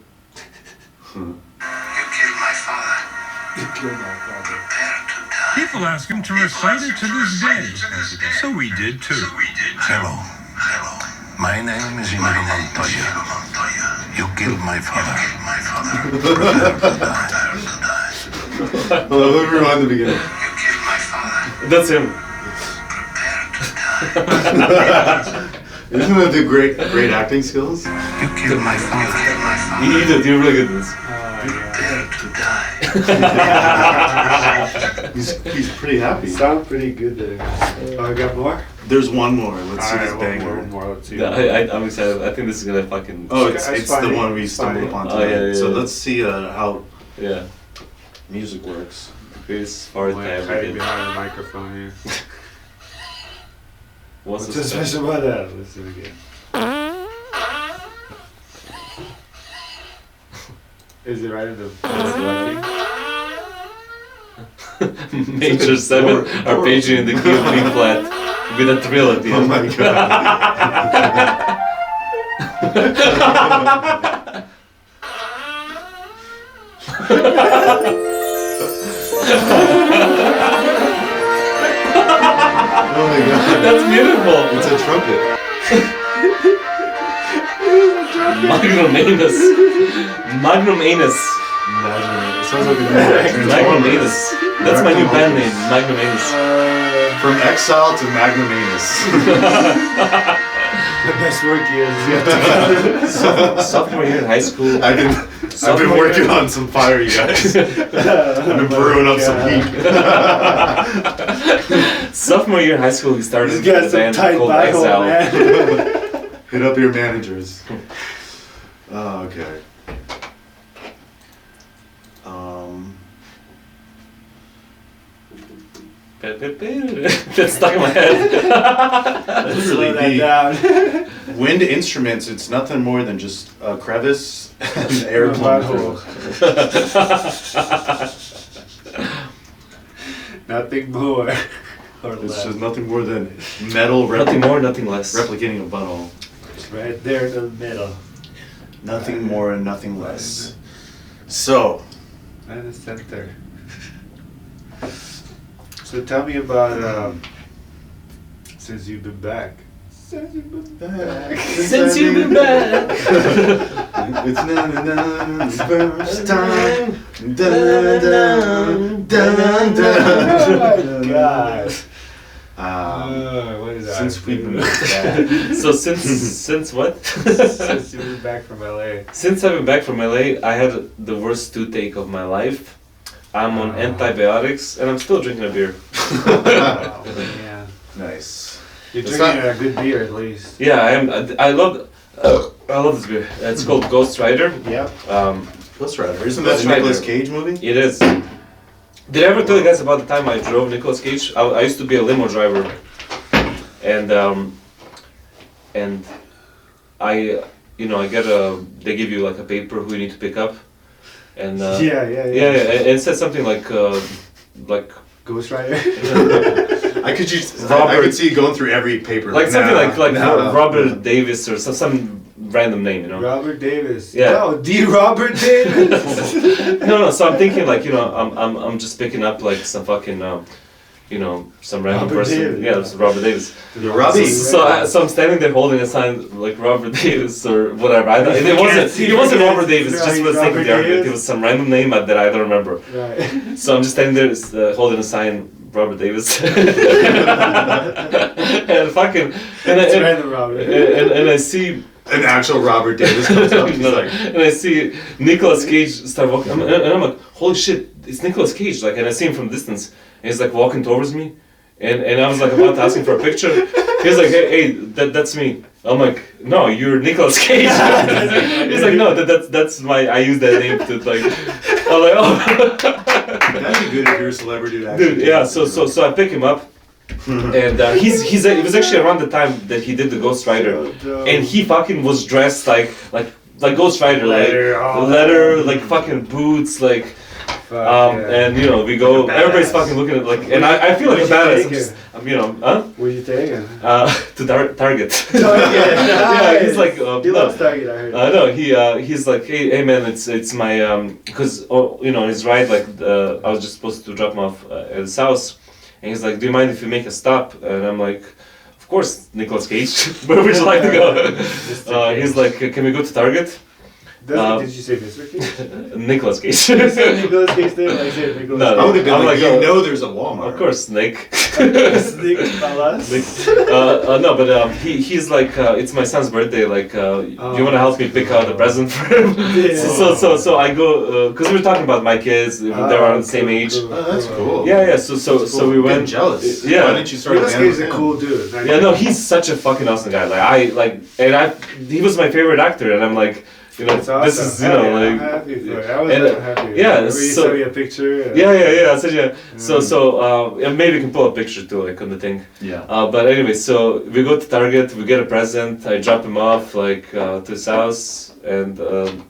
Speaker 7: killed my father.
Speaker 4: You killed my father.
Speaker 7: Prepare to die.
Speaker 8: People ask him to recite it to this day. So we did too.
Speaker 9: Hello. Hello. My name is Inigo Montoya. You killed my father. My father.
Speaker 1: Well, let me rewind
Speaker 3: <laughs>
Speaker 1: the beginning.
Speaker 7: You killed my father.
Speaker 2: That's him.
Speaker 7: Prepare to die.
Speaker 1: Isn't that the great, great acting skills?
Speaker 9: You killed my
Speaker 7: You
Speaker 9: father.
Speaker 7: killed my
Speaker 2: You, you
Speaker 7: father.
Speaker 2: did. You're really good at this.
Speaker 7: Prepare to die.
Speaker 1: He's, he's pretty happy.
Speaker 4: Sound pretty good there. Oh, I got more?
Speaker 1: There's one more. Let's see
Speaker 3: Alright,
Speaker 1: this
Speaker 3: one more,
Speaker 1: banger.
Speaker 3: one more. Let's see.
Speaker 2: Yeah, I, I, I'm excited. I think this is gonna fucking.
Speaker 1: Oh, it's,
Speaker 3: It's
Speaker 1: it's the
Speaker 3: funny.
Speaker 1: one we
Speaker 3: It's
Speaker 1: stumbled
Speaker 3: funny.
Speaker 1: upon
Speaker 2: Oh,
Speaker 1: today.
Speaker 2: yeah, yeah,
Speaker 1: so
Speaker 2: yeah.
Speaker 1: let's see uh, how
Speaker 2: yeah.
Speaker 1: music works.
Speaker 2: Greatest fart I
Speaker 3: Like,
Speaker 2: ever
Speaker 3: hiding
Speaker 2: did.
Speaker 3: behind the microphone here.
Speaker 2: What's
Speaker 4: What's so
Speaker 2: this?
Speaker 4: special about that? Listen again.
Speaker 3: Is it right in the?
Speaker 2: Major seven arpeggio in the key
Speaker 1: <laughs>
Speaker 2: of B flat with a thrill at the
Speaker 1: Oh
Speaker 2: end.
Speaker 1: my god. oh my god.
Speaker 2: That's beautiful.
Speaker 1: It's a trumpet.
Speaker 2: Magnum anus. Magnum anus.
Speaker 1: Imagine it. It sounds like a new
Speaker 2: Magnum anus. That's my new band name. Magnum
Speaker 1: <laughs>
Speaker 2: anus.
Speaker 1: From exile to magnanimous. <laughs>
Speaker 4: The best work he has.
Speaker 3: <laughs>
Speaker 2: Sophomore year in high school.
Speaker 1: I've been, I've been working on some fire, you guys. I've been brewing up some heat.
Speaker 2: Sophomore year in high school, he started
Speaker 4: He's got
Speaker 2: a
Speaker 4: some
Speaker 2: band
Speaker 4: tight
Speaker 2: called
Speaker 4: Bible,
Speaker 2: Exile. <laughs>
Speaker 4: man.
Speaker 1: <laughs> Hit up your managers. Oh, okay. Um,
Speaker 2: That's stuck in my head. <laughs>
Speaker 1: literally
Speaker 4: Slow that
Speaker 1: the
Speaker 4: down.
Speaker 1: wind instruments, it's nothing more than just a crevice and
Speaker 4: <laughs>
Speaker 1: air blowing through.
Speaker 4: Nothing
Speaker 3: <laughs>
Speaker 4: more. Or
Speaker 1: It's
Speaker 4: less.
Speaker 1: just nothing more than metal
Speaker 2: nothing
Speaker 1: repli-
Speaker 2: more, nothing less.
Speaker 1: replicating a butthole.
Speaker 4: Right there in the middle.
Speaker 1: Nothing more and nothing less. So,
Speaker 4: Right in the
Speaker 1: <laughs>
Speaker 4: center.
Speaker 3: So tell me about um, Since you've been back. Since you've been back.
Speaker 2: Since you've been back.
Speaker 1: It's na na na na the first time. Dun, dun, <laughs> dun, dun,
Speaker 3: Oh
Speaker 1: dun.
Speaker 3: my god.
Speaker 1: <laughs> Um,
Speaker 3: Uh, what is that?
Speaker 1: since
Speaker 3: <laughs>
Speaker 1: we've been
Speaker 2: so since since what?
Speaker 3: since you moved back from
Speaker 1: <laughs>
Speaker 3: LA.
Speaker 2: Since I've been back from LA, I had the worst toothache of my life. I'm on antibiotics and I'm still drinking a beer.
Speaker 3: Wow, yeah.
Speaker 1: nice.
Speaker 3: You're
Speaker 1: It's
Speaker 3: drinking
Speaker 1: not-
Speaker 3: a good beer at least.
Speaker 2: Yeah, I am. I, I love. Uh, I love this beer. It's called Ghost Rider.
Speaker 3: Yep.
Speaker 2: Um,
Speaker 1: Ghost Rider. Isn't that
Speaker 2: Ghost
Speaker 1: the Nicolas
Speaker 2: Rider.
Speaker 1: Cage movie?
Speaker 2: it is. Did I ever tell you guys about the time I drove Nicolas Cage? I, I used to be a limo driver, and um, and I, you know, I get a. They give you like a paper who you need to pick up, and uh,
Speaker 3: yeah, yeah, yeah.
Speaker 2: yeah, yeah, and it said something like uh, like
Speaker 3: Ghost Rider.
Speaker 1: <laughs> I could just I, I
Speaker 2: Robert-
Speaker 1: could see you going through every paper.
Speaker 2: like something
Speaker 1: nah,
Speaker 2: like like
Speaker 1: nah, nah.
Speaker 2: Robert Davis or some, some random name, you know.
Speaker 3: Robert Davis.
Speaker 2: Yeah.
Speaker 3: No, D. Robert
Speaker 2: <laughs>
Speaker 3: Davis.
Speaker 2: <laughs> No, no. So I'm thinking like you know, I'm I'm, I'm just picking up like some fucking, um, you know, some random
Speaker 3: Robert
Speaker 2: person.
Speaker 3: Davis.
Speaker 2: Yeah, it's Robert Davis.
Speaker 1: You're Robbie.
Speaker 2: So, so, I, so I'm standing there holding a sign like Robert <laughs> Davis or whatever. I don't, it wasn't.
Speaker 3: see
Speaker 2: It wasn't
Speaker 3: it.
Speaker 2: Robert Davis.
Speaker 3: Right,
Speaker 2: Just was
Speaker 3: Robert
Speaker 2: thinking there.
Speaker 3: Davis.
Speaker 2: It was some random name that I don't remember.
Speaker 3: right.
Speaker 2: So I'm just standing there uh, holding a sign. Robert
Speaker 3: <laughs>
Speaker 2: Davis <laughs> and fucking and I,
Speaker 3: It's
Speaker 2: and,
Speaker 3: random Robert.
Speaker 2: and, and I see
Speaker 1: An actual Robert Davis comes up. <laughs> He's
Speaker 2: no, <laughs>
Speaker 1: like,
Speaker 2: and I see Nicolas Cage start walking, I'm- and I'm like, holy shit, it's Nicolas Cage! Like, and I see him from distance, and he's like walking towards me, and, and I was like about to ask him for a picture. He's like, hey, hey, that, that's me. I'm like, no, you're Nicolas Cage. <laughs> he's like, no, that, that's that's my. I use that name to like. I'm like, oh. <laughs>
Speaker 1: that'd be good if you're a celebrity. to actually
Speaker 2: Dude,
Speaker 1: do
Speaker 2: yeah.
Speaker 1: that.
Speaker 2: So so so I pick him
Speaker 3: <laughs>
Speaker 2: up, and uh, he's he's it was actually around the time that he did the Ghost
Speaker 3: Oh,
Speaker 2: Rider, and he fucking was dressed like like like Ghost Rider,
Speaker 3: Leather, all
Speaker 2: like leather, like fucking boots, like
Speaker 3: Fuck,
Speaker 2: um,
Speaker 3: yeah.
Speaker 2: and you know we go.
Speaker 1: Like a
Speaker 2: Everybody's
Speaker 1: badass.
Speaker 2: fucking looking at like, and I, I feel like a
Speaker 3: Where'd you
Speaker 2: badass.
Speaker 3: take
Speaker 2: I'm
Speaker 3: it?
Speaker 2: just, I'm, you know, <laughs> huh?
Speaker 3: What do you think?
Speaker 2: Uh, to tar- Target. <laughs> yeah,
Speaker 3: nice.
Speaker 2: he's like uh,
Speaker 3: He
Speaker 2: no.
Speaker 3: loves Target, I heard.
Speaker 2: Uh, no, he uh, he's like, hey, hey man, it's it's my um, cause oh, you know, on his ride, like uh, I was just supposed to drop him off uh, at his house, and he's like, do you mind if we make a stop? And I'm like, of course, Nicolas Cage, <laughs> where would you like to go? <laughs> Uh, he's like, can we go to Target?
Speaker 3: That's
Speaker 2: um,
Speaker 3: what, did you say Mr.
Speaker 2: <laughs>
Speaker 3: Cage?
Speaker 2: Nicolas Cage.
Speaker 3: You said Nicolas Cage there? I said Nicolas
Speaker 2: No,
Speaker 1: I would have been
Speaker 2: I'm
Speaker 1: like,
Speaker 2: like,
Speaker 1: you
Speaker 2: uh,
Speaker 1: know, there's a Walmart.
Speaker 2: <laughs> of course, Nick. <laughs>
Speaker 3: Cage. Nick Palas.
Speaker 2: Like, uh, uh, no, but um, he, he's like, uh, it's my son's birthday. Like, uh, do you want to help me pick out a present for
Speaker 3: <laughs>
Speaker 2: him? so, so, so, so I go because we were talking about my kids.
Speaker 3: Ah,
Speaker 2: if They're around the same age.
Speaker 1: Oh, that's cool.
Speaker 2: Yeah, yeah. So, so, so we
Speaker 1: Getting
Speaker 2: went.
Speaker 1: jealous.
Speaker 2: Yeah.
Speaker 1: Why didn't you start a
Speaker 3: Nicolas
Speaker 1: band
Speaker 3: Cage is
Speaker 1: with
Speaker 3: a
Speaker 1: him?
Speaker 3: cool dude. Like,
Speaker 2: Yeah, no, he's such a fucking awesome guy. Like I like, and I, he was my favorite actor, and I'm like, you know,
Speaker 3: That's awesome.
Speaker 2: this is you
Speaker 3: Hell
Speaker 2: know,
Speaker 3: yeah, I'm
Speaker 2: like,
Speaker 3: happy for it. I was
Speaker 2: and,
Speaker 3: so happy.
Speaker 2: yeah,
Speaker 3: Remember you
Speaker 2: so-
Speaker 3: sent me a picture. uh,
Speaker 2: yeah, yeah, yeah. So, yeah.
Speaker 3: Mm.
Speaker 2: so, so, uh, and maybe we can pull a picture too, like on the thing.
Speaker 1: Yeah.
Speaker 2: Uh, but anyway, so we go to Target, we get a present, I drop him off like uh, to his house, and um,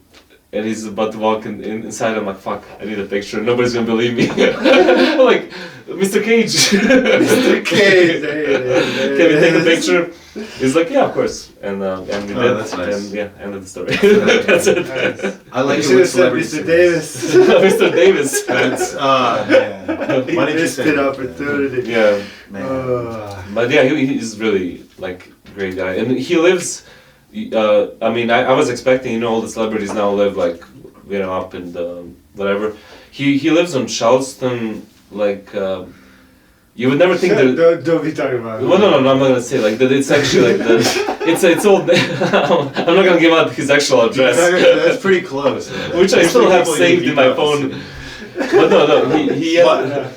Speaker 2: and he's about to walk in, in, inside. I'm like, fuck, I need a picture. Nobody's gonna believe me. <laughs> I'm like, Mr. Cage. <laughs> Mr.
Speaker 3: Cage, hey, hey,
Speaker 2: Can we take a
Speaker 3: hey.
Speaker 2: picture? He's like, yeah, of course. And uh, and we
Speaker 1: Oh,
Speaker 2: did.
Speaker 1: that's nice.
Speaker 2: And yeah, end of the story. <laughs>
Speaker 1: That's
Speaker 2: that's it.
Speaker 3: Nice.
Speaker 1: I like
Speaker 3: You
Speaker 1: it
Speaker 3: should
Speaker 1: when
Speaker 3: have said
Speaker 1: celebrities
Speaker 3: Mr.
Speaker 1: do this.
Speaker 3: Davis. <laughs>
Speaker 2: <laughs> Mr. Davis. <laughs>
Speaker 1: That's uh, man.
Speaker 3: He
Speaker 1: Why did you
Speaker 3: missed
Speaker 1: say
Speaker 3: an
Speaker 1: that?
Speaker 3: opportunity.
Speaker 2: yeah.
Speaker 1: Man.
Speaker 3: Uh,
Speaker 2: But yeah, he, he's really like great guy, and he lives. Uh, I mean, I, I was expecting you know all the celebrities now live like you know up in the whatever. He he lives on Charleston like. Uh, you would never think
Speaker 3: shut-
Speaker 2: that.
Speaker 3: don't, don't be talking about it.
Speaker 2: Well, no, no, no, I'm not gonna say like that. It's actually like the. It's it's old. <laughs> I'm not gonna give out his actual address,
Speaker 1: That's pretty close.
Speaker 2: <laughs> which I
Speaker 1: There's
Speaker 2: still
Speaker 1: three
Speaker 2: have
Speaker 1: people you
Speaker 2: saved
Speaker 1: can
Speaker 2: in my
Speaker 1: keep up
Speaker 2: phone.
Speaker 1: with.
Speaker 2: But no, no, he he. Has,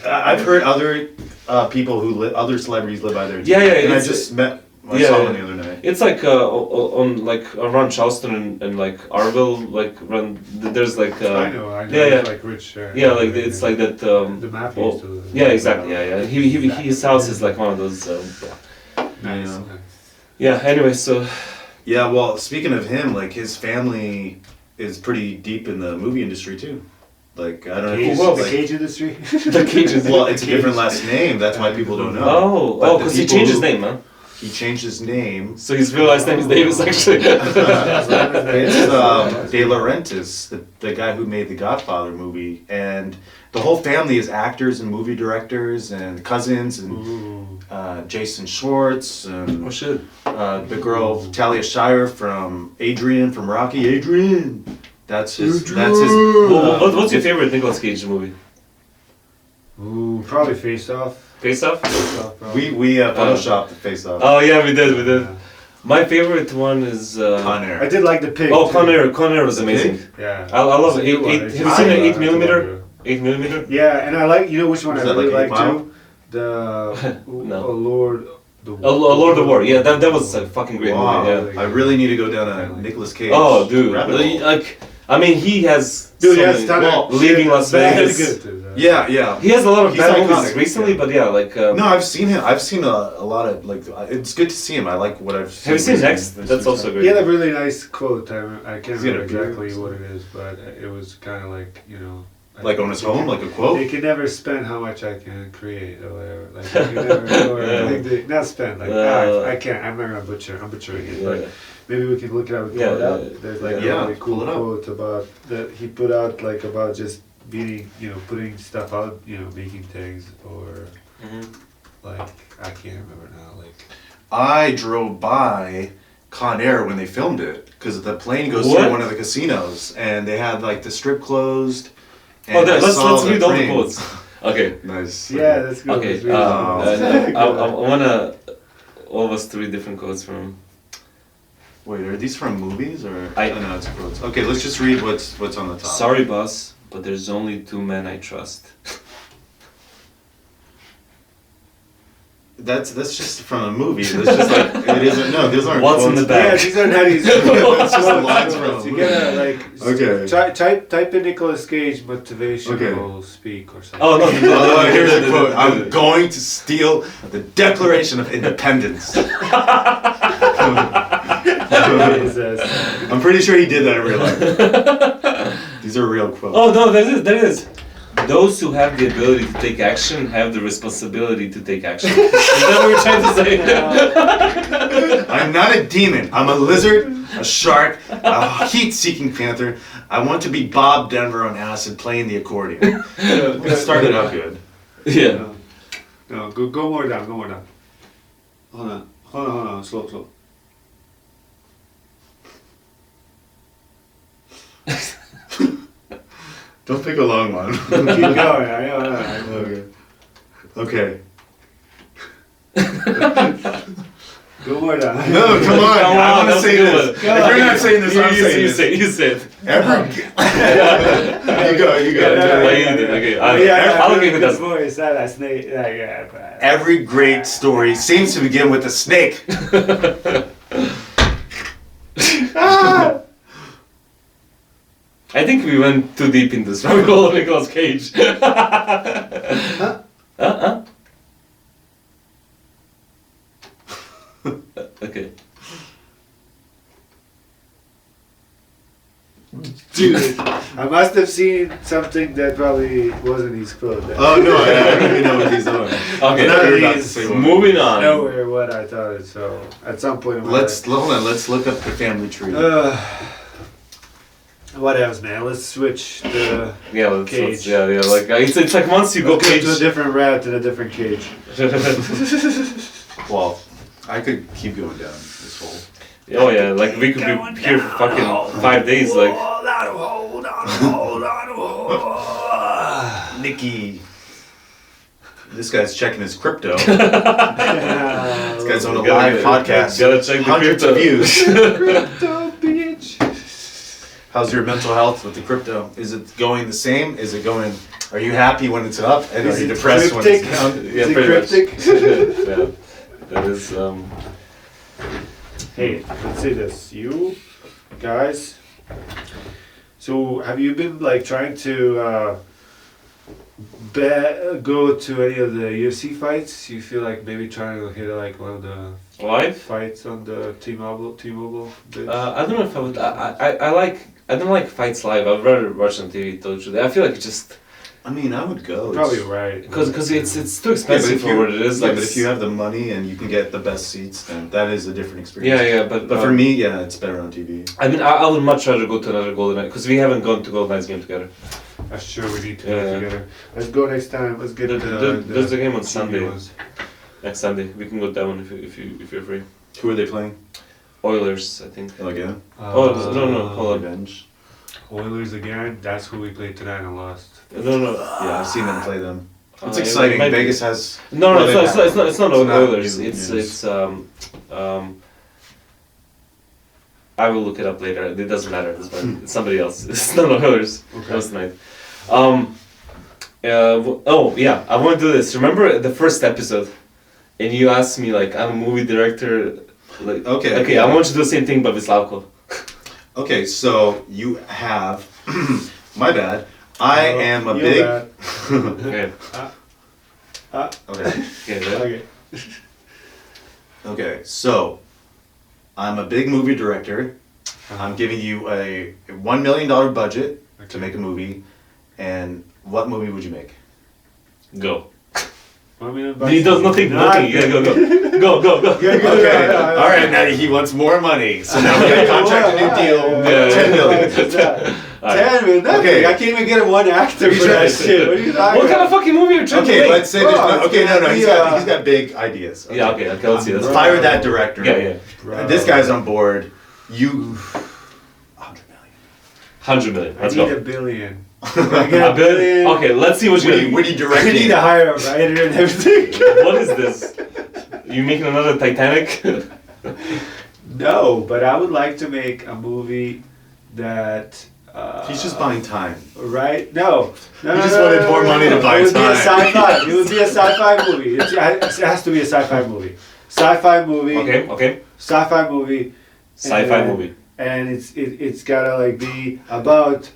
Speaker 1: But I- I've heard other uh, people who li- other celebrities live by their.
Speaker 2: Yeah, yeah,
Speaker 1: And I
Speaker 2: it's-
Speaker 1: just met. I
Speaker 2: yeah,
Speaker 1: saw
Speaker 2: yeah.
Speaker 1: one the other night.
Speaker 2: It's like uh, o- o- on like around Charleston and, and like Arville, like run. th- There's like uh,
Speaker 3: I know, I know.
Speaker 2: yeah,
Speaker 3: it's
Speaker 2: yeah,
Speaker 3: like rich. Uh,
Speaker 2: yeah, like it's like that. Um,
Speaker 3: The mafia
Speaker 2: well,
Speaker 3: used to live
Speaker 2: yeah,
Speaker 3: there.
Speaker 2: exactly. Yeah, yeah. He, he, his house is like one of those. Um, yeah.
Speaker 3: Nice.
Speaker 1: Yeah.
Speaker 2: yeah. Anyway, so <laughs>
Speaker 1: Yeah. Well, speaking of him, like his family is pretty deep in the movie industry too. Like I don't know.
Speaker 3: Cage,
Speaker 1: If
Speaker 2: Well,
Speaker 1: he's,
Speaker 3: the
Speaker 1: like,
Speaker 3: cage industry. <laughs>
Speaker 2: the Cages.
Speaker 1: well, it's a different last name. That's why people don't know.
Speaker 2: Oh,
Speaker 1: But
Speaker 2: <laughs>
Speaker 1: the
Speaker 2: oh, because he
Speaker 1: people
Speaker 2: changed his
Speaker 1: who-
Speaker 2: name, huh?
Speaker 1: he changed his
Speaker 3: <laughs>
Speaker 1: name.
Speaker 2: So he's realized that his name is
Speaker 1: <laughs>
Speaker 2: actually.
Speaker 1: <laughs> Oh, It's um, De Laurentiis, the, the guy who made the Godfather movie, and the whole family is actors and movie directors and cousins and uh, Jason Schwartz
Speaker 2: Mm. oh
Speaker 1: and
Speaker 2: shit.
Speaker 1: uh, the girl Talia Shire from Adrian from Rocky. Adrian, that's his. That's his.
Speaker 2: Well, what,
Speaker 1: uh,
Speaker 2: what's your favorite Nicolas Cage movie?
Speaker 3: Ooh, probably face off.
Speaker 2: Face Off?
Speaker 1: we we uh, photoshopped the face off.
Speaker 2: Oh yeah, we did, we did. My favorite one is. Uh,
Speaker 1: Con Air.
Speaker 3: I did like the pig.
Speaker 2: Oh,
Speaker 3: too.
Speaker 2: Con Air. Con Air was amazing.
Speaker 3: Yeah.
Speaker 2: I, I love it. Eight,
Speaker 3: It's a good
Speaker 2: eight,
Speaker 3: one.
Speaker 2: have
Speaker 3: It's
Speaker 2: you seen
Speaker 3: fine.
Speaker 2: an eight
Speaker 3: It's a good
Speaker 2: millimeter?
Speaker 3: one.
Speaker 2: Eight millimeter.
Speaker 3: Yeah, and I like you know which one
Speaker 1: Is
Speaker 3: I
Speaker 1: that like
Speaker 3: really
Speaker 1: Eight
Speaker 3: like
Speaker 1: Mile?
Speaker 3: too. The
Speaker 2: <laughs> No.
Speaker 3: oh, Lord, the
Speaker 2: A, a Lord of War. Yeah, that, that was uh, a fucking great
Speaker 1: Wow,
Speaker 2: movie. Yeah.
Speaker 1: I really need to go down a Nicolas Cage.
Speaker 2: Oh, dude.
Speaker 1: rabbit hole.
Speaker 2: Like, I mean, he has.
Speaker 3: Dude,
Speaker 2: so
Speaker 3: yeah,
Speaker 2: many-
Speaker 3: it's done
Speaker 1: well,
Speaker 3: it.
Speaker 2: leaving Las
Speaker 3: That is
Speaker 2: Vegas.
Speaker 3: good, dude.
Speaker 1: Yeah, yeah.
Speaker 2: Uh, He has a lot of
Speaker 1: He's
Speaker 2: bad
Speaker 1: iconic,
Speaker 2: movies recently,
Speaker 1: yeah.
Speaker 2: but yeah, like. Um,
Speaker 1: No, I've seen him. I've seen a, a lot of like. I- It's good to see him. I like what I've.
Speaker 2: Have you seen
Speaker 1: recently.
Speaker 2: Next? That's also
Speaker 3: He
Speaker 2: great.
Speaker 3: had a really nice quote. I, rem- I can't
Speaker 1: Is he in
Speaker 3: remember
Speaker 1: a beer or
Speaker 3: exactly what it is, but it was kind of like you know. I
Speaker 1: Like on
Speaker 3: think
Speaker 1: his
Speaker 3: they can-
Speaker 1: home, like oh. a
Speaker 3: They
Speaker 1: quote.
Speaker 3: can never spend how much I can create or whatever. Like they can
Speaker 1: <laughs>
Speaker 3: never, or
Speaker 2: Yeah.
Speaker 3: like they, not spend like
Speaker 2: Yeah.
Speaker 1: Uh.
Speaker 3: ah, I can't. I'm not gonna butcher. I'm butchering it,
Speaker 2: Yeah.
Speaker 3: but maybe we can look it up. And
Speaker 2: Yeah,
Speaker 3: pull it
Speaker 2: yeah,
Speaker 3: up. There's like
Speaker 1: yeah.
Speaker 3: a really
Speaker 1: Pull
Speaker 3: cool
Speaker 1: it up.
Speaker 3: quote about that he put out like about just beating, you know, putting stuff out, you know, making things or
Speaker 1: Mm-hmm.
Speaker 2: Mhm.
Speaker 3: like I can't remember now. Like
Speaker 1: I drove by Con Air when they filmed it because the plane goes
Speaker 2: What?
Speaker 1: through one of the casinos and they had like the strip closed. and
Speaker 2: Oh, there,
Speaker 1: I
Speaker 2: let's
Speaker 1: saw
Speaker 2: let's read all the
Speaker 1: plane.
Speaker 2: quotes. Okay.
Speaker 1: <laughs> Nice.
Speaker 3: yeah, that's good.
Speaker 2: Okay.
Speaker 3: that's
Speaker 2: Um,
Speaker 3: really cool.
Speaker 2: uh, I, I, I wanna. All of us three different quotes from.
Speaker 1: Wait, are these from movies or?
Speaker 2: I-
Speaker 1: oh, no, it's quotes. Okay, let's just read what's what's on the top.
Speaker 2: Sorry, boss, but there's only two men I trust.
Speaker 1: That's that's just from a
Speaker 2: <laughs>
Speaker 1: movie. That's just like it isn't. No, these aren't.
Speaker 2: What's in
Speaker 1: quotes.
Speaker 2: the
Speaker 3: <laughs> Yeah,
Speaker 1: <laughs>
Speaker 2: back?
Speaker 3: these are not easy.
Speaker 1: That's just lines from a
Speaker 3: You
Speaker 1: movie.
Speaker 3: gotta like s-
Speaker 1: Okay.
Speaker 3: ty- type type in Nicolas Cage motivational speak or something. <laughs>
Speaker 2: Oh no! no, no, <laughs> no,
Speaker 1: Oh,
Speaker 2: no,
Speaker 1: here's
Speaker 2: no,
Speaker 1: the
Speaker 2: no, no,
Speaker 1: quote.
Speaker 2: no, no.
Speaker 1: I'm going to steal the Declaration of
Speaker 2: <laughs>
Speaker 1: Independence. <laughs> I'm
Speaker 3: Is, uh,
Speaker 1: pretty sure he did that in real life. These are real quotes.
Speaker 2: Oh no! There it is. There it is. Those who have the ability to take action have the responsibility to take action. <laughs> is that what you're trying to say?
Speaker 1: I'm not a demon. I'm a lizard, a shark, a heat-seeking panther. I want to be Bob Denver on acid playing the accordion. It started out good.
Speaker 2: <laughs> yeah.
Speaker 3: no, go go more down, go more down.
Speaker 4: Hold on. Hold on, hold on. Slow, slow.
Speaker 1: Don't pick a long one.
Speaker 3: Keep
Speaker 1: <laughs>
Speaker 3: going. I know, I know, I know.
Speaker 1: okay. Okay.
Speaker 3: Go more down. <laughs>
Speaker 1: No, come on.
Speaker 2: Come
Speaker 1: I want
Speaker 2: on, that
Speaker 1: to
Speaker 2: was
Speaker 1: say
Speaker 2: a good
Speaker 1: this.
Speaker 2: one.
Speaker 1: If you're not saying this,
Speaker 2: you,
Speaker 1: I'm
Speaker 2: you,
Speaker 1: saying
Speaker 2: you
Speaker 1: this.
Speaker 2: say. You say. it.
Speaker 1: Every <laughs> you go, you
Speaker 2: Yeah,
Speaker 1: go.
Speaker 2: yeah,
Speaker 3: yeah,
Speaker 2: yeah,
Speaker 3: yeah,
Speaker 2: you did.
Speaker 3: yeah.
Speaker 2: Okay,
Speaker 3: Yeah,
Speaker 2: I'll-
Speaker 3: yeah,
Speaker 2: I'll
Speaker 3: really
Speaker 2: give it
Speaker 3: good
Speaker 2: that.
Speaker 3: voice. Ah, that's neat. Yeah, yeah, but-
Speaker 1: Every great story seems to begin with a snake.
Speaker 2: I think we went too deep in this <laughs> rabbit hole of Nicolas Cage. <laughs> huh? Huh? <laughs> okay.
Speaker 1: Dude.
Speaker 3: I must have seen something that probably wasn't his quote.
Speaker 1: Oh no, I don't
Speaker 3: <laughs>
Speaker 1: even know what these are.
Speaker 2: Okay.
Speaker 1: None of
Speaker 3: Not
Speaker 1: these.
Speaker 3: these.
Speaker 2: Moving on.
Speaker 3: Nowhere what I thought it. So at some point, in my
Speaker 1: Let's hold on. Let's look up the family tree.
Speaker 3: Uh, what else, man? Let's switch the
Speaker 2: Yeah, let's,
Speaker 3: Cage.
Speaker 2: let's, yeah, yeah. Like uh, it's, it's like once you go
Speaker 3: let's go
Speaker 2: Cage. Oh,
Speaker 3: to a
Speaker 2: <laughs>
Speaker 3: different route and a different cage.
Speaker 1: Well, I could keep going down this hole.
Speaker 2: oh yeah, like we could be here for fucking five days. Like
Speaker 3: Hold on, hold on, hold on, <laughs> hold
Speaker 1: Nikki. This guy's checking his
Speaker 2: <laughs>
Speaker 1: crypto. this <laughs>
Speaker 3: on.
Speaker 1: guy's on a
Speaker 2: You gotta-
Speaker 1: live podcast.
Speaker 2: you gotta check the
Speaker 1: Hundreds of
Speaker 2: crypto. <laughs>
Speaker 1: views.
Speaker 3: Crypto bitch.
Speaker 1: How's your mental health with the crypto? Is it going the same? Is it going? Are you happy when it's up? And
Speaker 3: Is
Speaker 1: are you
Speaker 3: it
Speaker 1: depressed when
Speaker 3: cryptic?
Speaker 1: it's down?
Speaker 2: yeah,
Speaker 3: Is it
Speaker 2: pretty much.
Speaker 3: cryptic?
Speaker 2: <laughs> yeah, that is um.
Speaker 3: Hey, let's say this. You guys. So, have you been like trying to uh, be- go to any of the UFC fights? You feel like maybe trying to hit like one of the
Speaker 2: Live?
Speaker 3: fights on the T-Mobile, T-Mobile. bit?
Speaker 2: Uh, I don't know if I would. I, I, I like. I don't like fights live. I'd rather watch on TV. Totally. I feel like it just
Speaker 1: I mean, I would go.
Speaker 3: Probably
Speaker 1: It's-
Speaker 3: right.
Speaker 2: Because because it's it's too
Speaker 1: Yeah, but
Speaker 2: expensive
Speaker 1: if
Speaker 2: for
Speaker 1: you,
Speaker 2: what it is.
Speaker 1: yeah,
Speaker 2: like
Speaker 1: but
Speaker 2: it's-
Speaker 1: if you have the money and you can get the best seats, then that is a different experience.
Speaker 2: yeah yeah, but
Speaker 1: But for
Speaker 2: um,
Speaker 1: me, yeah, it's better on TV.
Speaker 2: I mean, I, I would much rather go to another Golden Knight because we haven't gone to Golden Knights game together.
Speaker 3: That's true. We need to
Speaker 2: Yeah,
Speaker 3: go
Speaker 2: yeah.
Speaker 3: together. Let's go next time. Let's get
Speaker 2: There-
Speaker 3: to
Speaker 2: there-
Speaker 3: the,
Speaker 2: there's a game on
Speaker 3: TV
Speaker 2: Sunday.
Speaker 3: ones.
Speaker 2: Next Sunday we can go down if you, if you if you're free.
Speaker 1: Who are they playing?
Speaker 2: Oilers, I think.
Speaker 1: Oh, again?
Speaker 3: Uh,
Speaker 2: Oh, no,
Speaker 1: Uh,
Speaker 2: no, hold on.
Speaker 1: Revenge.
Speaker 3: Oilers again. That's who we played tonight and lost.
Speaker 2: No no.
Speaker 1: Yeah, I've seen them play <sighs> them.
Speaker 2: Uh,
Speaker 1: It's
Speaker 2: it
Speaker 1: exciting.
Speaker 2: might be-
Speaker 1: Vegas has.
Speaker 2: No, no,
Speaker 1: Well,
Speaker 2: it's
Speaker 1: they
Speaker 2: not, it's not, it's not, it's not
Speaker 1: It's not
Speaker 2: Oilers.
Speaker 1: really
Speaker 2: It's,
Speaker 1: news.
Speaker 2: it's, um, um, I will look it up later. It doesn't matter. It's <laughs> fine. It's somebody else. It's not Oilers. That was tonight. Um, uh, w- oh, yeah, I want to do this. Remember the first episode? And you asked me, like, I'm a movie director. Like,
Speaker 1: Okay.
Speaker 2: Okay, I want you to do the same thing, but with Slavko.
Speaker 1: uh, Okay, so you have. <clears throat> my bad. I
Speaker 3: Oh,
Speaker 1: am a
Speaker 3: you
Speaker 1: big.
Speaker 3: bet.
Speaker 2: Okay.
Speaker 1: <laughs> Okay.
Speaker 2: Okay. right?
Speaker 3: Okay.
Speaker 1: Okay, so I'm a big movie director. I'm giving you a one million dollar budget to make a movie, and what movie would you make?
Speaker 2: Go.
Speaker 3: Want me to invite
Speaker 2: He does
Speaker 3: you?
Speaker 2: nothing. Nothing. Yeah, go, <laughs> go. Go, go, go.
Speaker 3: Yeah, go, yeah, yeah, yeah.
Speaker 1: all right. Now he wants more money, so now we got to contract a new deal.
Speaker 2: Yeah.
Speaker 1: Ten million.
Speaker 2: All right.
Speaker 3: Damn it, nothing.
Speaker 1: Okay.
Speaker 3: I can't even get one actor for
Speaker 1: <laughs>
Speaker 3: that shit. What are you talking
Speaker 2: What kind of
Speaker 3: about?
Speaker 2: fucking movie are you trying to
Speaker 1: Okay,
Speaker 2: make?
Speaker 1: let's say there's
Speaker 3: Bro,
Speaker 1: no.
Speaker 3: it's
Speaker 1: Okay, no, no.
Speaker 3: gonna
Speaker 1: He's
Speaker 3: be,
Speaker 1: got
Speaker 3: uh,
Speaker 1: he's got big ideas.
Speaker 2: Yeah, okay, okay, let's see. That's
Speaker 1: Let's fire that director.
Speaker 2: Yeah, yeah.
Speaker 3: Bro.
Speaker 1: This guy's on board. You. Hundred million.
Speaker 2: 100 million.
Speaker 3: I
Speaker 2: Let's
Speaker 3: need
Speaker 2: go.
Speaker 3: a billion. I
Speaker 2: <laughs>
Speaker 3: got
Speaker 2: A billion? Okay, let's see what you
Speaker 1: What are you,
Speaker 2: do.
Speaker 1: what are
Speaker 3: We
Speaker 1: you directing?
Speaker 3: need to hire a writer and everything. <laughs>
Speaker 2: What is this? You making another Titanic? <laughs>
Speaker 3: no, but I would like to make a movie that. Uh,
Speaker 1: He's just buying time.
Speaker 3: Right? No. no
Speaker 1: He
Speaker 3: no,
Speaker 1: just
Speaker 3: no,
Speaker 1: wanted
Speaker 3: no,
Speaker 1: more
Speaker 3: no,
Speaker 1: money
Speaker 3: no.
Speaker 1: to buy
Speaker 3: it would Be a
Speaker 1: time.
Speaker 3: sci-fi. it would
Speaker 1: <laughs>
Speaker 3: be a sci-fi movie. It's, it has to be a sci-fi movie. Sci-fi movie.
Speaker 2: okay, okay.
Speaker 3: Sci-fi movie.
Speaker 2: Sci fi
Speaker 3: And-
Speaker 2: movie.
Speaker 3: and it's it, it's gotta like be about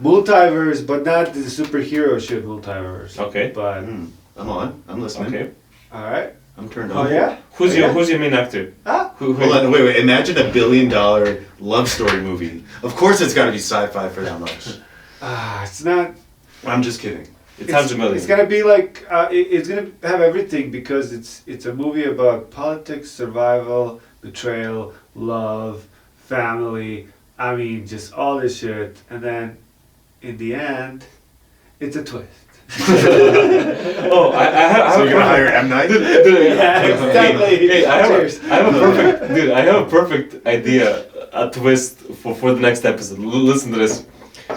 Speaker 3: multiverse, but not the superhero shit multiverse.
Speaker 2: Okay.
Speaker 3: But
Speaker 1: Mm, I'm on. I'm listening.
Speaker 2: Okay.
Speaker 3: all right.
Speaker 1: I'm turned
Speaker 3: Oh
Speaker 1: on.
Speaker 3: yeah. Ah,
Speaker 2: Who's
Speaker 3: Oh,
Speaker 2: your
Speaker 3: yeah?
Speaker 2: Who's your main actor?
Speaker 3: Huh?
Speaker 2: Who, who,
Speaker 1: Hold on, wait, wait. Imagine a billion dollar love story movie. Of course, it's got to be sci-fi for that much.
Speaker 3: Ah, it's not.
Speaker 1: I'm just kidding.
Speaker 2: It's 100 million.
Speaker 3: It's gonna be like uh, it, it's gonna have everything because it's it's a movie about politics, survival, betrayal, love, family. I mean, just all this shit, and then in the end, it's a twist.
Speaker 2: oh, I, I have. I have
Speaker 1: So
Speaker 2: a
Speaker 1: you're gonna hire
Speaker 2: perfect-
Speaker 1: M
Speaker 2: <laughs>
Speaker 1: Night?
Speaker 2: Dude,
Speaker 3: Yeah, exactly.
Speaker 2: Hey, hey, I, have
Speaker 3: Cheers.
Speaker 2: a, I have a perfect dude. I have a perfect idea, a twist for, for the next episode. L- listen to this.